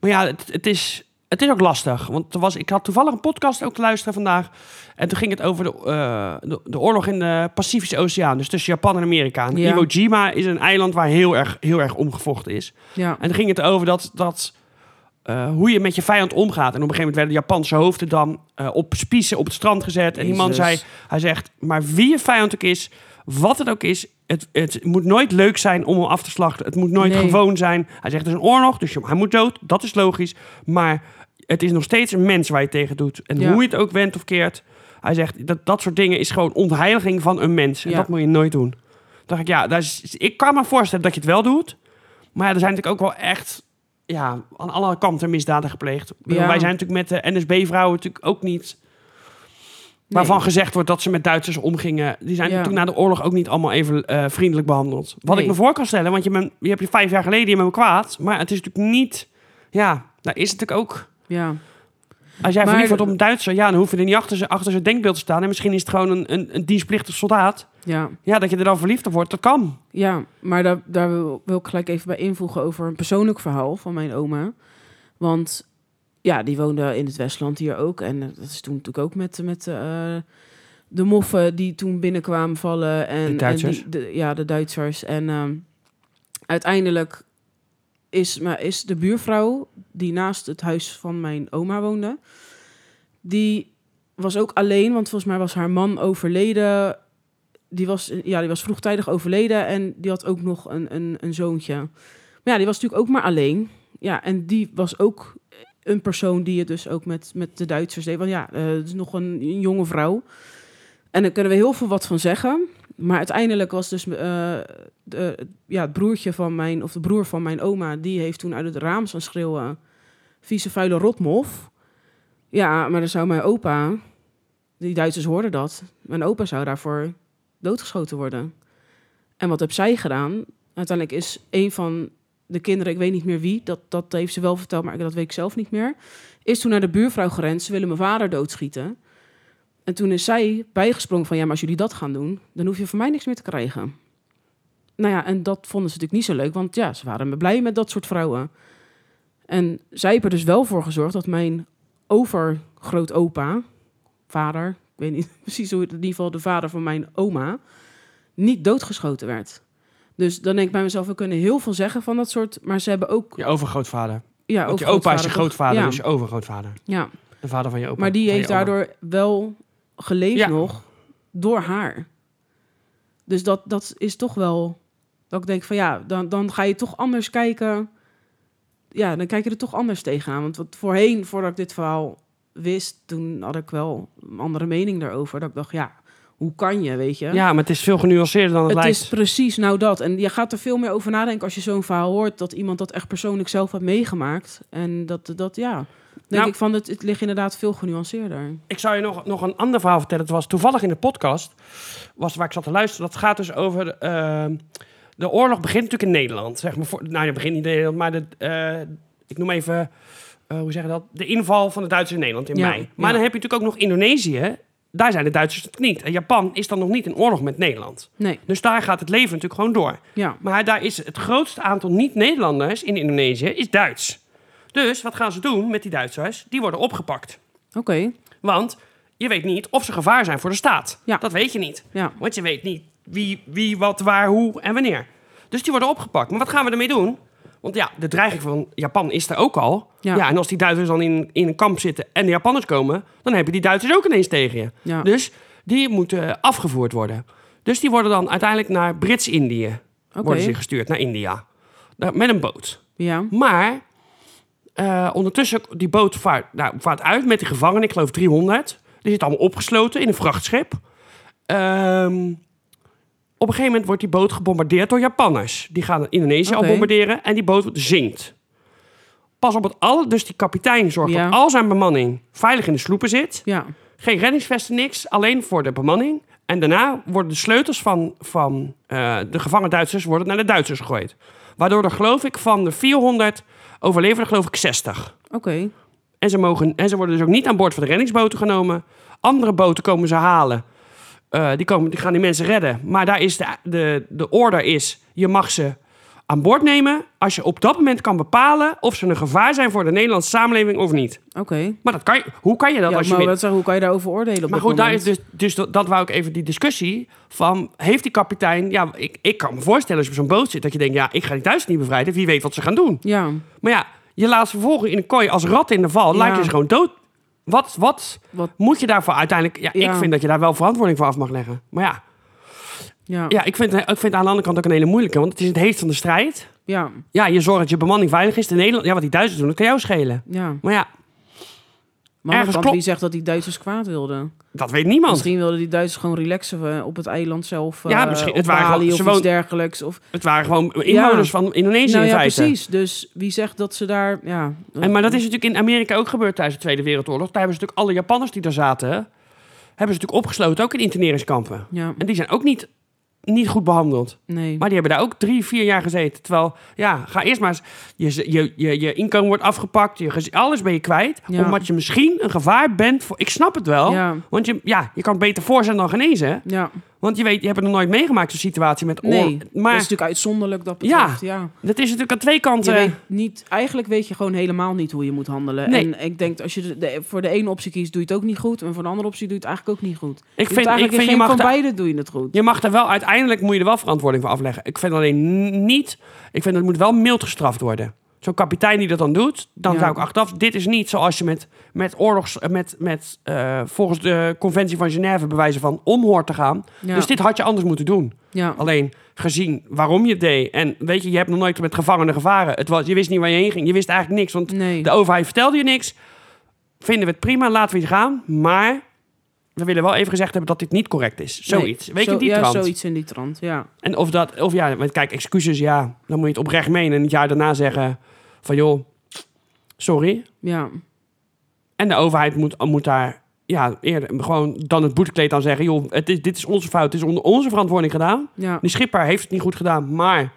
Maar ja, het, het is. Het is ook lastig, want er was, ik had toevallig een podcast ook te luisteren vandaag. En toen ging het over de, eh, de, de oorlog in de Pacifische Oceaan. Dus tussen Japan en Amerika. En Ja. Iwo Jima is een eiland waar heel erg, heel erg omgevochten is. Ja. En toen ging het over dat, dat, eh, hoe je met je vijand omgaat. En op een gegeven moment werden de Japanse hoofden dan eh, op spiezen op het strand gezet. En die man Jezus. zei, hij zegt, maar wie je vijand ook is, wat het ook is... Het, het moet nooit leuk zijn om hem af te slachten. Het moet nooit Nee. gewoon zijn. Hij zegt, het is een oorlog, dus je- hij moet dood. Dat is logisch. Maar het is nog steeds een mens waar je tegen doet. En Ja. hoe je het ook wendt of keert. Hij zegt, dat, dat soort dingen is gewoon ontheiliging van een mens. En Ja. dat moet je nooit doen. Toen dacht ik, ja, daar is, ik kan me voorstellen dat je het wel doet. Maar ja, er zijn natuurlijk ook wel echt ja, aan alle kanten misdaden gepleegd. Ik bedoel, Ja. Wij zijn natuurlijk met de NSB-vrouwen natuurlijk ook niet... Waarvan gezegd wordt dat ze met Duitsers omgingen. Die zijn Ja. natuurlijk na de oorlog ook niet allemaal even eh, vriendelijk behandeld. Wat Nee. ik me voor kan stellen, want je, bent- je hebt je vijf jaar geleden je bent me kwaad. Maar het is natuurlijk niet... Ja, daar is het natuurlijk ook... Ja. Als jij Maar- verliefd wordt op een Duitser, ja, dan hoef je er niet achter zijn, achter zijn denkbeeld te staan. En misschien is het gewoon een, een, een dienstplichtig soldaat. Ja. Ja, dat je er dan verliefd op wordt, dat kan. Ja, maar daar, daar wil, wil ik gelijk even bij invoegen over een persoonlijk verhaal van mijn oma. Want ja, die woonde in het Westland hier ook. En eh, dat is toen natuurlijk ook met, met eh, de moffen die toen binnenkwamen vallen. En, De Duitsers? en die- de- ja, de Duitsers. En ehm, uiteindelijk is, maar is de buurvrouw die naast het huis van mijn oma woonde... die was ook alleen, want volgens mij was haar man overleden die was, ja, die was vroegtijdig overleden en die had ook nog een, een, een zoontje. Maar ja, die was natuurlijk ook maar alleen. Ja, en die was ook een persoon die het dus ook met, met de Duitsers deed. Want ja, eh, het is nog een, een jonge vrouw. En daar kunnen we heel veel wat van zeggen. Maar uiteindelijk was dus eh, de, ja, het broertje van mijn, of de broer van mijn oma, die heeft toen uit het raam staan schreeuwen: vieze vuile rotmof. Ja, maar dan zou mijn opa, die Duitsers hoorden dat, mijn opa zou daarvoor doodgeschoten worden. En wat heb zij gedaan? Uiteindelijk is een van de kinderen, ik weet niet meer wie, dat, dat heeft ze wel verteld, maar dat weet ik zelf niet meer. Is toen naar de buurvrouw gerend, ze willen mijn vader doodschieten. En toen is zij bijgesprongen van, ja, maar als jullie dat gaan doen, dan hoef je van mij niks meer te krijgen. Nou ja, en dat vonden ze natuurlijk niet zo leuk, want ja, ze waren blij met dat soort vrouwen. En zij heeft er dus wel voor gezorgd dat mijn overgrootopa, vader, ik weet niet precies hoe het in ieder geval de vader van mijn oma, niet doodgeschoten werd. Dus dan denk ik bij mezelf, we kunnen heel veel zeggen van dat soort, maar ze hebben ook Je overgrootvader. ja, Want ook je opa is je toch? grootvader, Ja, dus je overgrootvader. ja. De vader van je opa. maar die van je heeft oma. daardoor wel geleefd Ja. nog door haar. Dus dat, dat is toch wel... Dat ik denk van ja, dan, dan ga je toch anders kijken. Ja, dan kijk je er toch anders tegenaan. Want wat voorheen, voordat ik dit verhaal wist... toen had ik wel een andere mening daarover. Dat ik dacht, ja, hoe kan je, weet je? Ja, maar het is veel genuanceerder dan het, Het lijkt. is precies nou dat. En je gaat er veel meer over nadenken als je zo'n verhaal hoort. Dat iemand dat echt persoonlijk zelf heeft meegemaakt. En dat, dat ja. Denk Nou. ik van, het, het ligt inderdaad veel genuanceerder. Ik zou je nog, nog een ander verhaal vertellen. Het was toevallig in de podcast was waar ik zat te luisteren. Dat gaat dus over... ehm, de oorlog begint natuurlijk in Nederland. Zeg maar voor, nou, dat begint niet in Nederland, maar de, eh, ik noem even... eh, hoe zeg je dat? De inval van de Duitsers in Nederland in Ja, mei. Maar ja. dan heb je natuurlijk ook nog Indonesië... daar zijn de Duitsers het niet. En Japan is dan nog niet in oorlog met Nederland. Nee, Dus daar gaat het leven natuurlijk gewoon door. ja. Maar daar is het grootste aantal niet-Nederlanders in Indonesië is Duits. Dus wat gaan ze doen met die Duitsers? Die worden opgepakt. Oké, Want je weet niet of ze gevaar zijn voor de staat. Ja. Dat weet je niet. ja. Want je weet niet wie, wie, wat, waar, hoe en wanneer. Dus die worden opgepakt. Maar wat gaan we ermee doen? Want ja, de dreiging van Japan is er ook al. Ja. Ja. en als die Duitsers dan in, in een kamp zitten en de Japanners komen... dan heb je die Duitsers ook ineens tegen je. Ja. Dus die moeten afgevoerd worden. Dus die worden dan uiteindelijk naar Brits-Indië Oké, worden ze gestuurd naar India. Daar- Met een boot. ja. Maar eh, ondertussen, die boot vaart, nou, vaart uit met die gevangenen, ik geloof 300. Die zitten allemaal opgesloten in een vrachtschip. Ehm, op een gegeven moment wordt die boot gebombardeerd door Japanners. Die gaan Indonesië al Oké. bombarderen en die boot zinkt. Pas op het alle, dus die kapitein zorgt Ja. dat al zijn bemanning veilig in de sloepen zit. Ja, Geen reddingsvesten, niks. Alleen voor de bemanning. En daarna worden de sleutels van, van eh, de gevangen Duitsers worden naar de Duitsers gegooid. Waardoor er, geloof ik, van de 400 overleven er, geloof ik, 60. oké. En ze, mogen, en ze worden dus ook niet aan boord van de reddingsboten genomen. Andere boten komen ze halen. Eh, die, komen, die gaan die mensen redden. Maar daar is de, de, de order is, je mag ze aan boord nemen... als je op dat moment kan bepalen of ze een gevaar zijn voor de Nederlandse samenleving of niet. Oké. Maar dat kan je, hoe kan je dat Ja, als je maar met- wat zeg, hoe kan je daarover oordelen op maar dit goed, daar is moment? dus, dus dat, dat wou ik even die discussie van... heeft die kapitein... Ja, ik, ik kan me voorstellen als je op zo'n boot zit... dat je denkt, ja, ik ga die Duitsers niet bevrijden. Wie weet wat ze gaan doen. Ja, Maar ja, je laat ze vervolgens in een kooi als rat in de val. Ja. Laat je ze gewoon dood. Wat, wat Wat- moet je daarvoor uiteindelijk... Ja, Ja. ik vind dat je daar wel verantwoording voor af mag leggen. Maar ja, ja, ja. ja ik, vind, ik vind het aan de andere kant ook een hele moeilijke. Want het is het heet van de strijd. Ja, je zorgt dat je bemanning veilig is. De Nederland, ja, wat die Duitsers doen, dat kan jou schelen. ja. Maar ja, Maar aan de Ergens kant, klopt- wie zegt dat die Duitsers kwaad wilden? dat weet niemand. Misschien wilden die Duitsers gewoon relaxen eh, op het eiland zelf. eh, Ja, misschien- het op waren Bali gewoon- of ze iets woon- dergelijks. Of, Het waren gewoon inwoners van Indonesië nou in ja, feite. precies. Dus wie zegt dat ze daar... Ja, En, maar dat is natuurlijk in Amerika ook gebeurd tijdens de Tweede Wereldoorlog. Daar hebben ze natuurlijk alle Japanners die daar zaten, hebben ze natuurlijk opgesloten, ook in interneringskampen. Ja, En die zijn ook niet, niet goed behandeld. nee. Maar die hebben daar ook drie, vier jaar gezeten. Terwijl, ja, ga eerst maar eens. Je, z- je, je, je inkomen wordt afgepakt, je, gez- alles ben je kwijt. Ja. Omdat je misschien een gevaar bent voor. Ik snap het wel. Ja. Want je, ja, je kan beter voor zijn dan genezen. Ja, Want je weet, je hebt het nog nooit meegemaakt, zo'n situatie met oor. nee. dat is maar dat is, natuurlijk uitzonderlijk dat Ja. betreft. Ja. natuurlijk aan twee Je kanten. weet niet, eigenlijk weet je gewoon helemaal niet hoe je moet handelen. Nee. En ik denk, als je de, de- voor de ene optie kiest, doe je het ook niet goed. En voor de andere optie doe je het eigenlijk ook niet goed. ik Je doet vind, ik eigenlijk vind je in geen mag van daar- beide doe je het goed. Je mag daar wel, uiteindelijk moet je er wel verantwoording voor afleggen. Ik vind alleen n- niet, ik vind dat moet wel mild gestraft worden. Zo'n kapitein die dat dan doet, dan Ja. zou ik achteraf, dit is niet zoals je met, met oorlogs, met, met eh, volgens de conventie van Genève bewijzen van om hoort te gaan. Ja. Dus dit had je anders moeten doen. Ja. Alleen gezien waarom je het deed en weet je, je hebt nog nooit met gevangenen gevaren. Het was, je wist niet waar je heen ging, je wist eigenlijk niks, want Nee. de overheid vertelde je niks. Vinden we het prima, laten we het gaan, maar we willen wel even gezegd hebben dat dit niet correct is. Zoiets. Nee. Weet je, Zo- die ja, trant. zoiets in die trant, ja. En of dat, of ja, want kijk, excuses, ja, dan moet je het oprecht menen. En het jaar daarna zeggen van, joh, sorry. Ja, En de overheid moet, moet daar, ja, eerder gewoon dan het boetekleed aan zeggen, joh, het is, dit is onze fout, het is onder onze verantwoording gedaan. ja. Die schipper heeft het niet goed gedaan, maar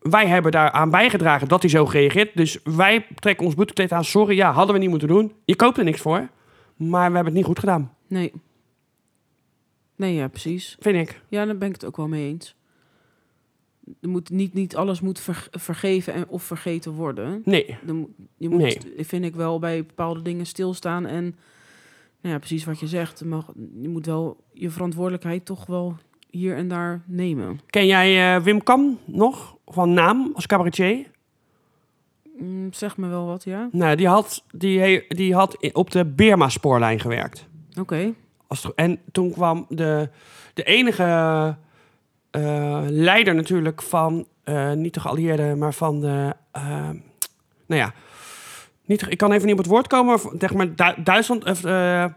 wij hebben daaraan bijgedragen dat hij zo gereageerd. Dus wij trekken ons boetekleed aan, sorry, ja, hadden we niet moeten doen. Je koopt er niks voor, maar we hebben het niet goed gedaan, Nee. Nee, ja, precies. vind ik. Ja, daar ben ik het ook wel mee eens. Er moet niet, niet alles moet ver- vergeven en, of vergeten worden. Nee, Er moet- je moet, Nee. vind ik wel, bij bepaalde dingen stilstaan. En nou ja, precies wat je zegt. er Mag, je moet wel je verantwoordelijkheid toch wel hier en daar nemen. ken jij eh, Wim Kam nog, van naam, als cabaretier? Mm, zeg me wel wat, ja. Nou, die had, die, he- die had i- op de Birma-spoorlijn gewerkt. Oké. Als het go- en toen kwam de, de enige eh, leider natuurlijk van, eh, niet de geallieerden, maar van de, eh, nou ja, niet, ge- ik kan even niet op het woord komen, maar v- zeg maar Du- Duitsland, of, eh, eh,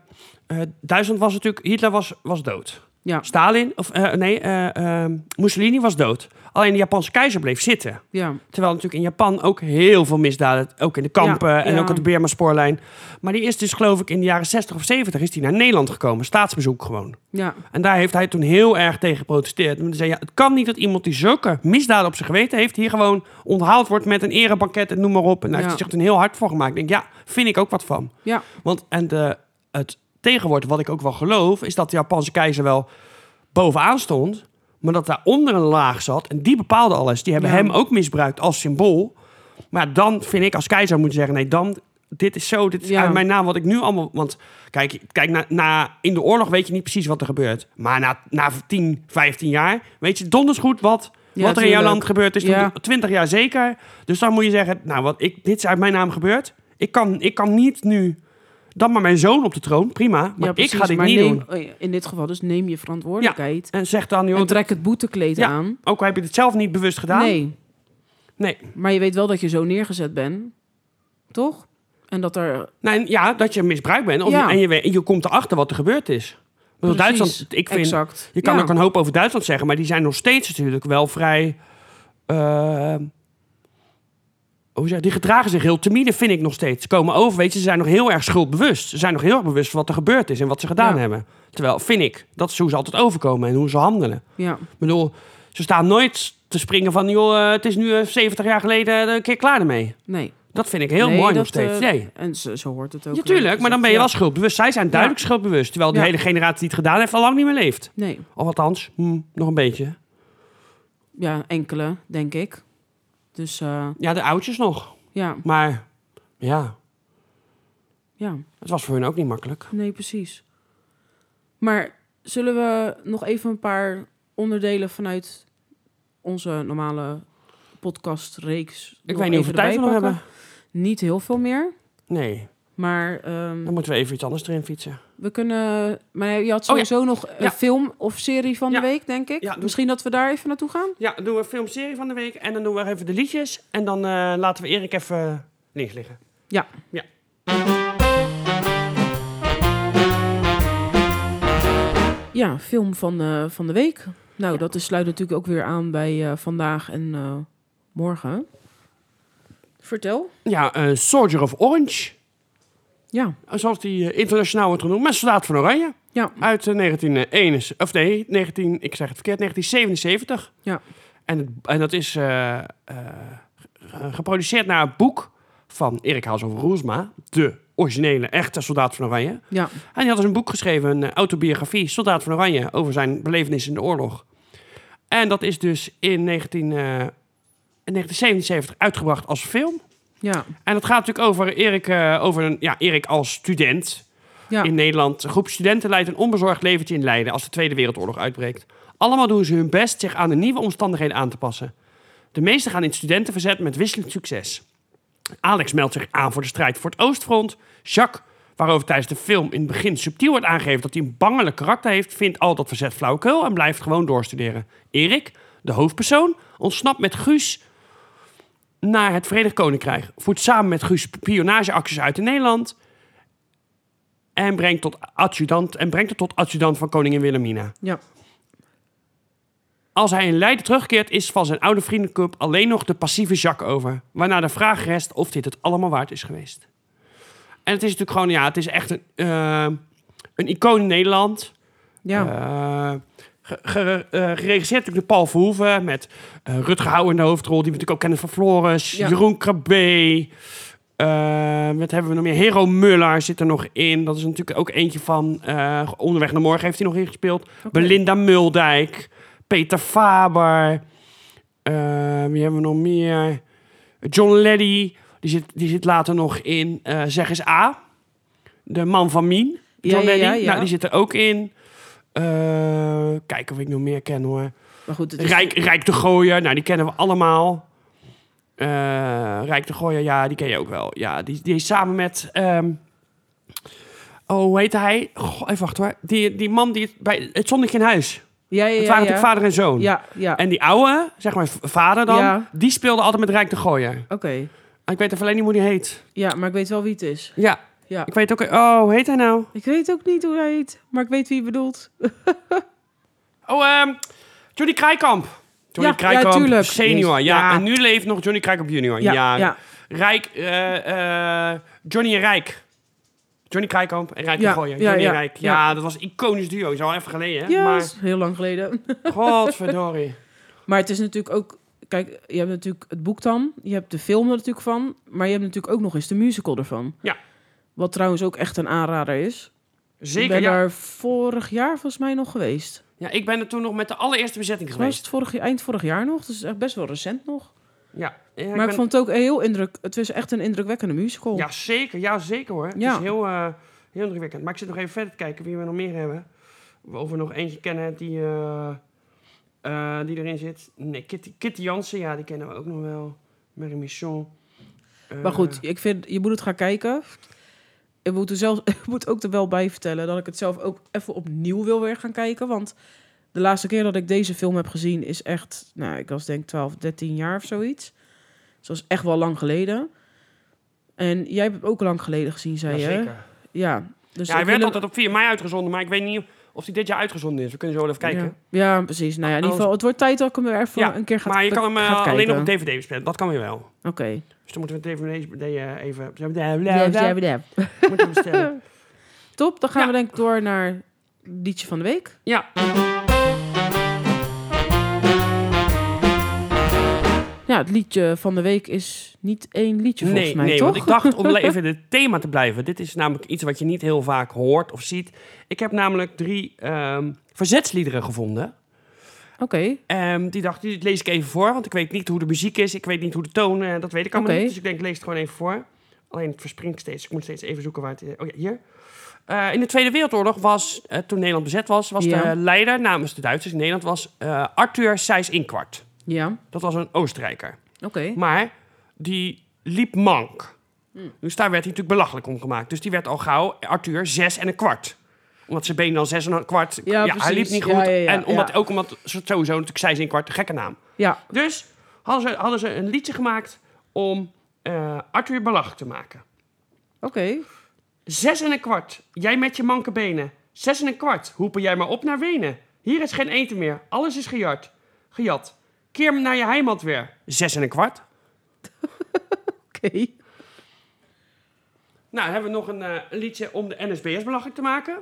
Duitsland was natuurlijk, Hitler was, was dood. Ja, Stalin, of eh, nee, eh, eh, Mussolini was dood. Alleen de Japanse keizer bleef zitten. ja, Terwijl natuurlijk in Japan ook heel veel misdaden, ook in de kampen Ja, en ja. ook op de Birma-spoorlijn. Maar die is dus geloof ik in de jaren 60 of 70 is die naar Nederland gekomen, staatsbezoek gewoon. ja, En daar heeft hij toen heel erg tegen geprotesteerd. Want hij zei, ja, het kan niet dat iemand die zulke misdaden op zijn geweten heeft, hier gewoon onthaald wordt met een erebanket en noem maar op. En daar heeft hij Ja. zich toen heel hard voor gemaakt. Ik denk, ja, vind ik ook wat van. ja, Want en de, het tegen wordt, wat ik ook wel geloof, is dat de Japanse keizer wel bovenaan stond, maar dat daaronder een laag zat. En die bepaalde alles. Die hebben Ja. hem ook misbruikt als symbool. Maar dan vind ik als keizer moeten zeggen: nee, dan. Dit is zo, dit is Ja. uit mijn naam wat ik nu allemaal. Want kijk, kijk na, na, in de oorlog weet je niet precies wat er gebeurt. Maar na, na 10, 15 jaar weet je donders goed wat, Ja, wat er in jouw tuurlijk. land gebeurd is. Ja. 20 jaar zeker. Dus dan moet je zeggen: Nou, wat ik, dit is uit mijn naam gebeurd. Ik kan, ik kan niet nu. Dan maar mijn zoon op de troon, prima. Maar ja, precies, ik ga dit maar niet neem- doen. oh ja, In dit geval dus neem je verantwoordelijkheid. En zeg dan, joh, En trek het boetekleed Ja, aan. ook al heb je het zelf niet bewust gedaan. Nee, Nee. maar je weet wel dat je zo neergezet bent. Toch? En dat er... Nou, en ja, dat je misbruikt bent. Of, Ja. En je, we- je komt erachter wat er gebeurd is. Ik bedoel, Precies, Duitsland, ik vind, exact. je kan Ja. ook een hoop over Duitsland zeggen, maar die zijn nog steeds natuurlijk wel vrij. eh, hoe zeg, die gedragen zich heel timide, vind ik nog steeds. Ze Komen over, weet je, ze zijn nog heel erg schuldbewust. Ze zijn nog heel erg bewust van wat er gebeurd is en wat ze gedaan Ja. hebben. Terwijl, vind ik, dat is hoe ze altijd overkomen en hoe ze handelen. Ja, Ik bedoel, ze staan nooit te springen van, joh, eh, het is nu eh, 70 jaar geleden, eh, een keer klaar ermee. nee. Dat vind ik heel Nee, mooi dat, nog steeds. eh, nee. En zo, zo hoort het ook. Dus Ja, tuurlijk, maar dan ben je wel schuldbewust. Zij zijn duidelijk schuldbewust. Terwijl de Ja. hele generatie die het gedaan heeft, al lang niet meer leeft. Nee, Of althans, hm, nog een beetje. ja, enkele, denk ik. Dus eh, Ja, de oudjes nog. ja, Maar ja, ja, het was voor hun ook niet makkelijk. nee, precies. Maar zullen we nog even een paar onderdelen vanuit onze normale podcastreeks... Ik weet nog niet even hoeveel tijd we nog erbij hebben. pakken? Niet heel veel meer, Nee, maar... ehm, dan moeten we even iets anders erin fietsen. We kunnen. Maar je had Oh ja. sowieso nog een Ja. film of serie van Ja. de week, denk ik. Ja, doe- Misschien dat we daar even naartoe gaan. Ja, dan doen we filmserie van de week en dan doen we even de liedjes. En dan eh, laten we Erik even links liggen. Ja. Ja. Ja, film van de, van de week. Nou, dat is, sluit natuurlijk ook weer aan bij eh, vandaag en eh, morgen. Vertel. Ja, eh, Soldier of Orange. Ja, Zoals die eh, internationaal wordt genoemd. Maar Soldaat van Oranje. ja, Uit eh, 1971, of nee, 19, ik zeg het verkeerd, 1977. Ja. En, het- en dat is eh, eh, ge- geproduceerd naar een boek van Erik Hazelhoff Roesma, de originele, echte soldaat van Oranje. En ja, die had dus een boek geschreven, een eh, autobiografie, Soldaat van Oranje, over zijn belevenis in de oorlog. En dat is dus in 19, eh, in 1977 uitgebracht als film. ja, En dat gaat natuurlijk over Erik, eh, over een, ja, Erik als student ja. in Nederland. Een groep studenten leidt een onbezorgd leventje in Leiden als de Tweede Wereldoorlog uitbreekt. Allemaal doen ze hun best zich aan de nieuwe omstandigheden aan te passen. De meesten gaan in het studentenverzet met wisselend succes. Alex meldt zich aan voor de strijd voor het Oostfront. Jacques, waarover tijdens de film in het begin subtiel wordt aangegeven dat hij een bangelijk karakter heeft, vindt al dat verzet flauwekul en blijft gewoon doorstuderen. Erik, de hoofdpersoon, ontsnapt met Guus naar het Verenigd Koninkrijk. Voert samen met Guus spionageacties uit in Nederland. En brengt, tot adjudant, en brengt het tot adjudant van koningin Wilhelmina. ja. Als hij in Leiden terugkeert, is van zijn oude vriendencup alleen nog de passieve Jacques over. Waarna de vraag rest of dit het allemaal waard is geweest. En het is natuurlijk gewoon, ja, het is echt een, eh, een icoon in Nederland. ja. Eh, ge- ge- eh, geregisseerd natuurlijk door Paul Verhoeven met eh, Rutger Hauer in de hoofdrol, die we natuurlijk ook kennen van Flores, Ja. Jeroen Krabbe. eh wat hebben we nog meer? Hero Muller zit er nog in. Dat is natuurlijk ook eentje van eh, Onderweg naar Morgen heeft hij nog ingespeeld. Belinda Muldijk, Peter Faber. eh, wie hebben we nog meer? John Leddy, die zit, die zit later nog in eh, Zeg eens A. De man van Mien. Ja, John ja, Leddy, ja, ja. Nou, die zit er ook in. Eh kijken of ik nog meer ken hoor. Maar goed, het is- Rijk, Rijk de Gooier, nou die kennen we allemaal. Eh, Rijk de Gooier, ja, die ken je ook wel. Ja, die, die is samen met... ehm, oh, hoe heette hij? Goh, even wachten hoor. Die, die man die het bij het zonnetje in huis. Ja, ja, Het waren ja. ja. natuurlijk vader en zoon. Ja, ja. En die oude, zeg maar v- vader dan, Ja. die speelde altijd met Rijk de Gooier. Oké. Ik weet even alleen niet hoe die heet. Ja, maar ik weet wel wie het is. Ja, Ja. ik weet ook... Oh, hoe heet hij nou? Ik weet ook niet hoe hij heet, maar ik weet wie je bedoelt. Oh, ehm Johnny Krijkamp. Johnny Ja, Krijkamp ja, tuurlijk. senior. Yes. Ja. Ja. en nu leeft nog Johnny Krijkamp junior. Ja. ja. ja. Rijk, eh, eh, Johnny en Rijk. Johnny Krijkamp en Rijk Ja, de Gooier. ja, Johnny ja, en Rijk. Ja, dat was een iconisch duo. Is al even geleden, hè? Ja, dat Maar, is heel lang geleden. godverdorie. Maar het is natuurlijk ook... Kijk, je hebt natuurlijk het boek dan. Je hebt de film er natuurlijk van. Maar je hebt natuurlijk ook nog eens de musical ervan. Ja. Wat trouwens ook echt een aanrader is. Zeker, ik ben ja. daar vorig jaar volgens mij nog geweest. Ja, ik ben er toen nog met de allereerste bezetting Was het geweest. vorig, eind vorig jaar nog, dus echt best wel recent nog. Ja, ja, maar ben- ik vond het ook heel indruk. Het was echt een indrukwekkende musical. Ja, zeker. Ja, zeker hoor. Het Ja. is heel, eh heel indrukwekkend. Maar ik zit nog even verder te kijken wie we nog meer hebben. Of we nog eentje kennen die, eh, eh, die erin zit. Nee, Kitty, Kitty Jansen, ja, die kennen we ook nog wel. Mary Michon. Eh, Maar goed, ik vind, je moet het gaan kijken. Ik moet, er zelf, ik moet ook er wel bij vertellen dat ik het zelf ook even opnieuw wil weer gaan kijken. Want de laatste keer dat ik deze film heb gezien is echt, nou, ik was denk 12, 13 jaar of zoiets. Dus dat is echt wel lang geleden. En jij hebt het ook lang geleden gezien, ja, zei je. hè? zeker. Ja, dus ja, hij ik werd wil- altijd op 4 mei uitgezonden, maar ik weet niet of hij dit jaar uitgezonden is. We kunnen zo wel even kijken. Ja, ja, precies. Nou ja, in ieder geval, het wordt tijd dat ik hem weer even Ja, een keer ga maar je kan hem eh, gaat alleen kijken. op een DVD bespelen. Dat kan weer wel. Oké. Dus dan moeten we het DVD eh, even... Moeten we bestellen. Top, dan gaan Ja. we denk ik door naar liedje van de week. Ja, Ja, het liedje van de week is niet één liedje volgens nee, mij, nee toch? want ik dacht om even in het thema te blijven. Dit is namelijk iets wat je niet heel vaak hoort of ziet. Ik heb namelijk drie ehm, verzetsliederen gevonden. Oké, Ehm, die dacht, die lees ik even voor, want ik weet niet hoe de muziek is. Ik weet niet hoe de toon, eh, dat weet ik allemaal Oké. niet. Dus ik denk, ik lees het gewoon even voor. Alleen het verspringt steeds. Ik moet steeds even zoeken waar het... eh, Oh ja, hier. Eh, in de Tweede Wereldoorlog was, eh, toen Nederland bezet was, was Ja. de leider namens de Duitsers in Nederland was eh, Arthur Seyss-Inquart. ja, Dat was een Oostenrijker. oké. Maar die liep mank. Hmm. Dus daar werd hij natuurlijk belachelijk om gemaakt. Dus die werd al gauw, Arthur, zes en een kwart. Omdat zijn benen al zes en een kwart... Ja, hij precies. liep niet Ja, goed. ja, ja, en omdat, ja. ook omdat ze sowieso natuurlijk zij zijn kwart een gekke naam. Ja, Dus hadden ze, hadden ze een liedje gemaakt om eh, Arthur belachelijk te maken. oké. Zes en een kwart, jij met je manke benen. Zes en een kwart, hoepen jij maar op naar Wenen. Hier is geen eten meer, alles is gejat. Gejat. Keer naar je heimat weer. Zes en een kwart, Oké. Nou, dan hebben we nog een eh, een liedje om de NSB'ers belachelijk te maken.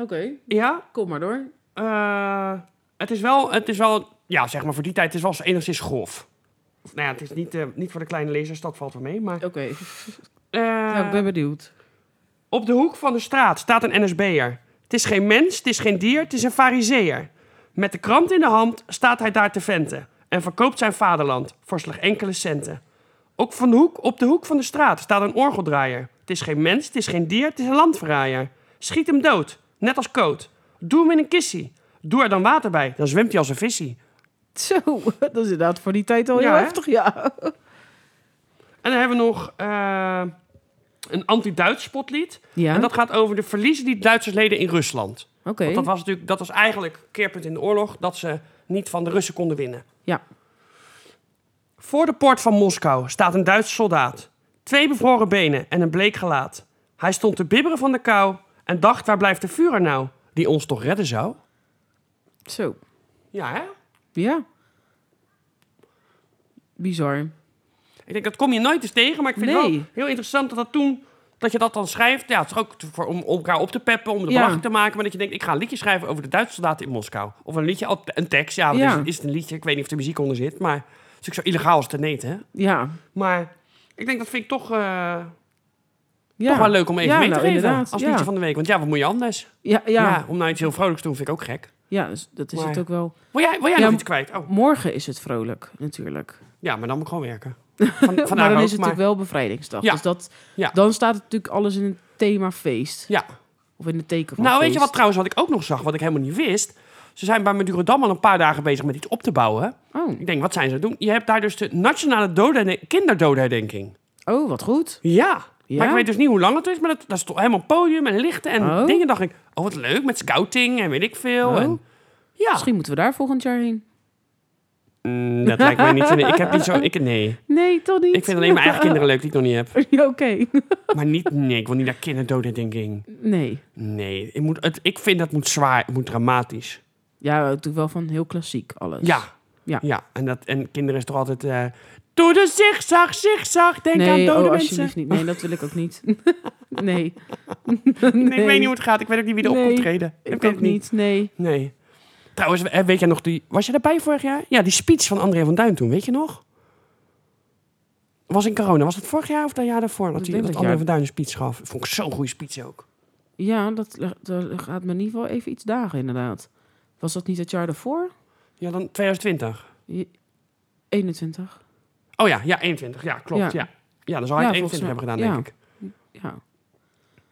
Oké, Ja. kom maar door. eh, het, is wel, het is wel, ja, zeg maar voor die tijd, het is wel enigszins grof. Of, nou ja, het is niet, eh, niet voor de kleine lezers, dat valt wel mee. Maar, Oké, eh, nou, ik ben benieuwd. Op de hoek van de straat staat een NSB'er. Het is geen mens, het is geen dier, het is een fariseer. Met de krant in de hand staat hij daar te venten en verkoopt zijn vaderland voor slechts enkele centen. Ook van de hoek, op de hoek van de straat staat een orgeldraaier. Het is geen mens, het is geen dier, het is een landverraaier. Schiet hem dood, net als koot. Doe hem in een kissie. Doe er dan water bij, dan zwemt hij als een vissie. Zo, dat is inderdaad voor die tijd al Ja, heel hè? heftig, ja. En dan hebben we nog eh, een anti-Duits spotlied. Ja, En dat gaat over de verliezen die Duitsers leden in Rusland. oké. Want dat was natuurlijk, dat was eigenlijk keerpunt in de oorlog, dat ze niet van de Russen konden winnen. Ja. Voor de poort van Moskou staat een Duitse soldaat. Twee bevroren benen en een bleek gelaat. Hij stond te bibberen van de kou en dacht, waar blijft de vuur nou, die ons toch redden zou? Zo, Ja, hè? ja. Bizar. Ik denk, dat kom je nooit eens tegen, maar ik vind het Nee. wel heel interessant dat dat toen... Dat je dat dan schrijft, ja, het is ook voor, om, om elkaar op te peppen, om de Ja. belachelijk te maken. Maar dat je denkt, ik ga een liedje schrijven over de Duitse soldaten in Moskou. Of een liedje, al- een tekst, ja, wat Ja. Is, het, is het een liedje? Ik weet niet of er muziek onder zit, maar het is natuurlijk zo illegaal als te neten, hè? Ja, Maar ik denk, dat vind ik toch, eh, ja. toch wel leuk om even Ja, mee te nou, geven inderdaad, als ja. liedje van de week. Want ja, wat moet je anders? Ja, ja. Ja. ja. om nou iets heel vrolijks te doen vind ik ook gek. dus dat is Maar- het ook wel. Wil jij, wil jij Ja, nog m- iets kwijt? Oh, Morgen is het vrolijk, natuurlijk. ja, maar dan moet ik gewoon werken. Van, vandaag maar ook, dan is het maar- natuurlijk wel bevrijdingsdag. Ja. Dus dat, Ja. dan staat het natuurlijk alles in het thema feest. Ja. Of in het teken van Nou, weet je feest. wat trouwens, wat ik ook nog zag, wat ik helemaal niet wist? Ze zijn bij Madurodam al een paar dagen bezig met iets op te bouwen. Oh, Ik denk, wat zijn ze aan het doen? Je hebt daar dus de nationale doden- kinderdodenherdenking. oh wat goed. Ja. Ja? Maar ik weet dus niet hoe lang het is, maar dat, dat is toch helemaal podium en lichten en Oh. dingen. dacht ik, oh wat leuk, met scouting en weet ik veel. Oh. En, ja. Misschien moeten we daar volgend jaar heen. Mm, dat lijkt mij niet zo. Ik heb niet zo. Ik, nee. Nee, toch niet? Ik vind alleen mijn eigen kinderen leuk die ik nog niet heb. Ja, Oké. Maar niet. Nee, ik wil niet naar kinderdodenherdenking. Nee. Nee. Ik, moet, het, ik vind dat moet zwaar. Het moet dramatisch. Ja, natuurlijk wel van heel klassiek alles. Ja. Ja. ja. En, dat, en kinderen is toch altijd. eh Doe de zigzag, zigzag. Denk aan Nee, dode oh, mensen. alsjeblieft niet. Nee, dat wil ik ook niet. nee. Nee, ik weet niet hoe het gaat. Ik weet ook niet wie er op Nee, komt treden. Dat Ik weet ook niet, nee. Nee. Trouwens, eh, weet jij nog die... Was je erbij vorig jaar? Ja, die speech van André van Duin toen, weet je nog? Was in corona. Was dat vorig jaar of dat jaar daarvoor? Dat, Ik die, denk dat dat André jaar. van Duin een speech gaf. Vond ik zo'n goede speech ook. Ja, dat, dat gaat me in ieder geval even iets dagen, inderdaad. Was dat niet het jaar daarvoor? Ja, dan 2020. Je- 21. Oh ja, ja, 21. Ja, klopt. Ja, Ja. ja. dan zou hij Ja, het volgens 21 hebben gedaan, mij. denk ik. Ja.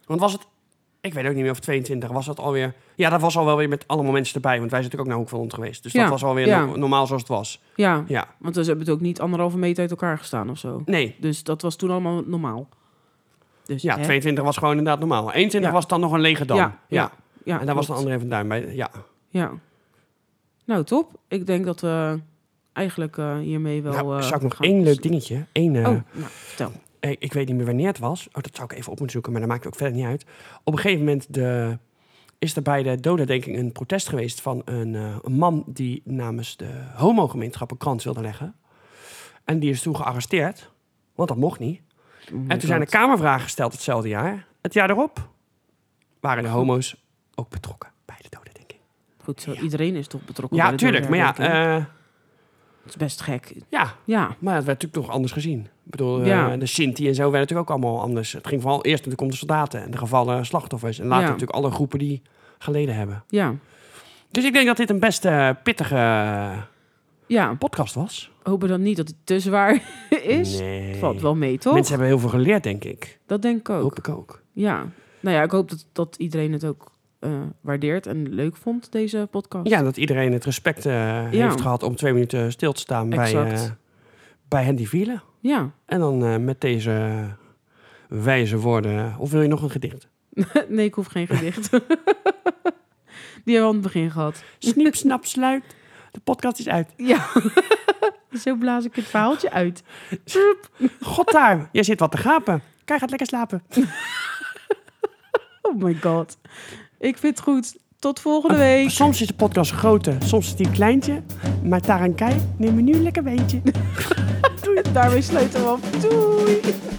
Want was het... Ik weet ook niet meer of 22 was dat alweer... Ja, dat was al wel weer met allemaal mensen erbij. Want wij zijn natuurlijk ook naar Hoek van Holland geweest. Dus dat Ja, was alweer ja. no- normaal zoals het was. ja, Ja, want ze hebben het ook niet anderhalve meter uit elkaar gestaan of zo. nee. Dus dat was toen allemaal normaal. Dus, Ja, hè? 22 was gewoon inderdaad normaal. 21 Ja. was dan nog een lege dam. Ja, Ja, ja, Ja, en daar was de klopt. andere even duim bij. Ja. Ja. Nou, top. Ik denk dat we eigenlijk eh, hiermee wel... nou, eh, zou ik nog gaan één leuk afsluiten. dingetje... Één, eh, Oh, nou, vertel. eh, ik weet niet meer wanneer het was. Oh, dat zou ik even op moeten zoeken, maar dat maakt ook verder niet uit. Op een gegeven moment de, is er bij de dodendenking een protest geweest van een, eh, een man die namens de homogemeenschap een krant wilde leggen. En die is toen gearresteerd, want dat mocht Oh niet. En toen zijn er kamervragen gesteld hetzelfde jaar. Het jaar erop waren de homo's ook betrokken bij de dodendenking. Goed zo, iedereen is toch betrokken Ja, bij de tuurlijk. Maar ja, dodenherdenking? eh, Het is best gek. ja, Ja, Maar het werd natuurlijk toch anders gezien. Ik bedoel, eh, Ja. de Sinti en zo werden natuurlijk ook allemaal anders. Het ging vooral eerst natuurlijk om de soldaten en de gevallen slachtoffers. En later Ja. natuurlijk alle groepen die geleden hebben. ja. Dus ik denk dat dit een best eh, pittige Ja, podcast was. hopen dan niet dat het te zwaar is. Nee. Valt wel mee, toch? Mensen hebben heel veel geleerd, denk ik. Dat denk ik ook. Hoop ik ook. Ja. Nou ja, ik hoop dat, dat iedereen het ook eh, waardeert en leuk vond, deze podcast. Ja, dat iedereen het respect eh, heeft gehad om twee minuten stil te staan bij, Exact. eh bij Hendy Vielen. Ja. En dan eh, met deze wijze woorden. Of wil je nog een gedicht? nee, ik hoef geen gedicht. Die hebben we aan het begin gehad. Sniep, snap, sluit. De podcast is uit. Ja. Zo blaas ik het verhaaltje uit. God daar, jij zit wat te gapen. Kijk, gaat lekker slapen. Oh my god. Ik vind het goed. Tot volgende week. Soms is de podcast een grote, soms is die een kleintje. Maar Taran Kai, neem me nu een lekker weentje. Daarmee sluiten we af. Doei.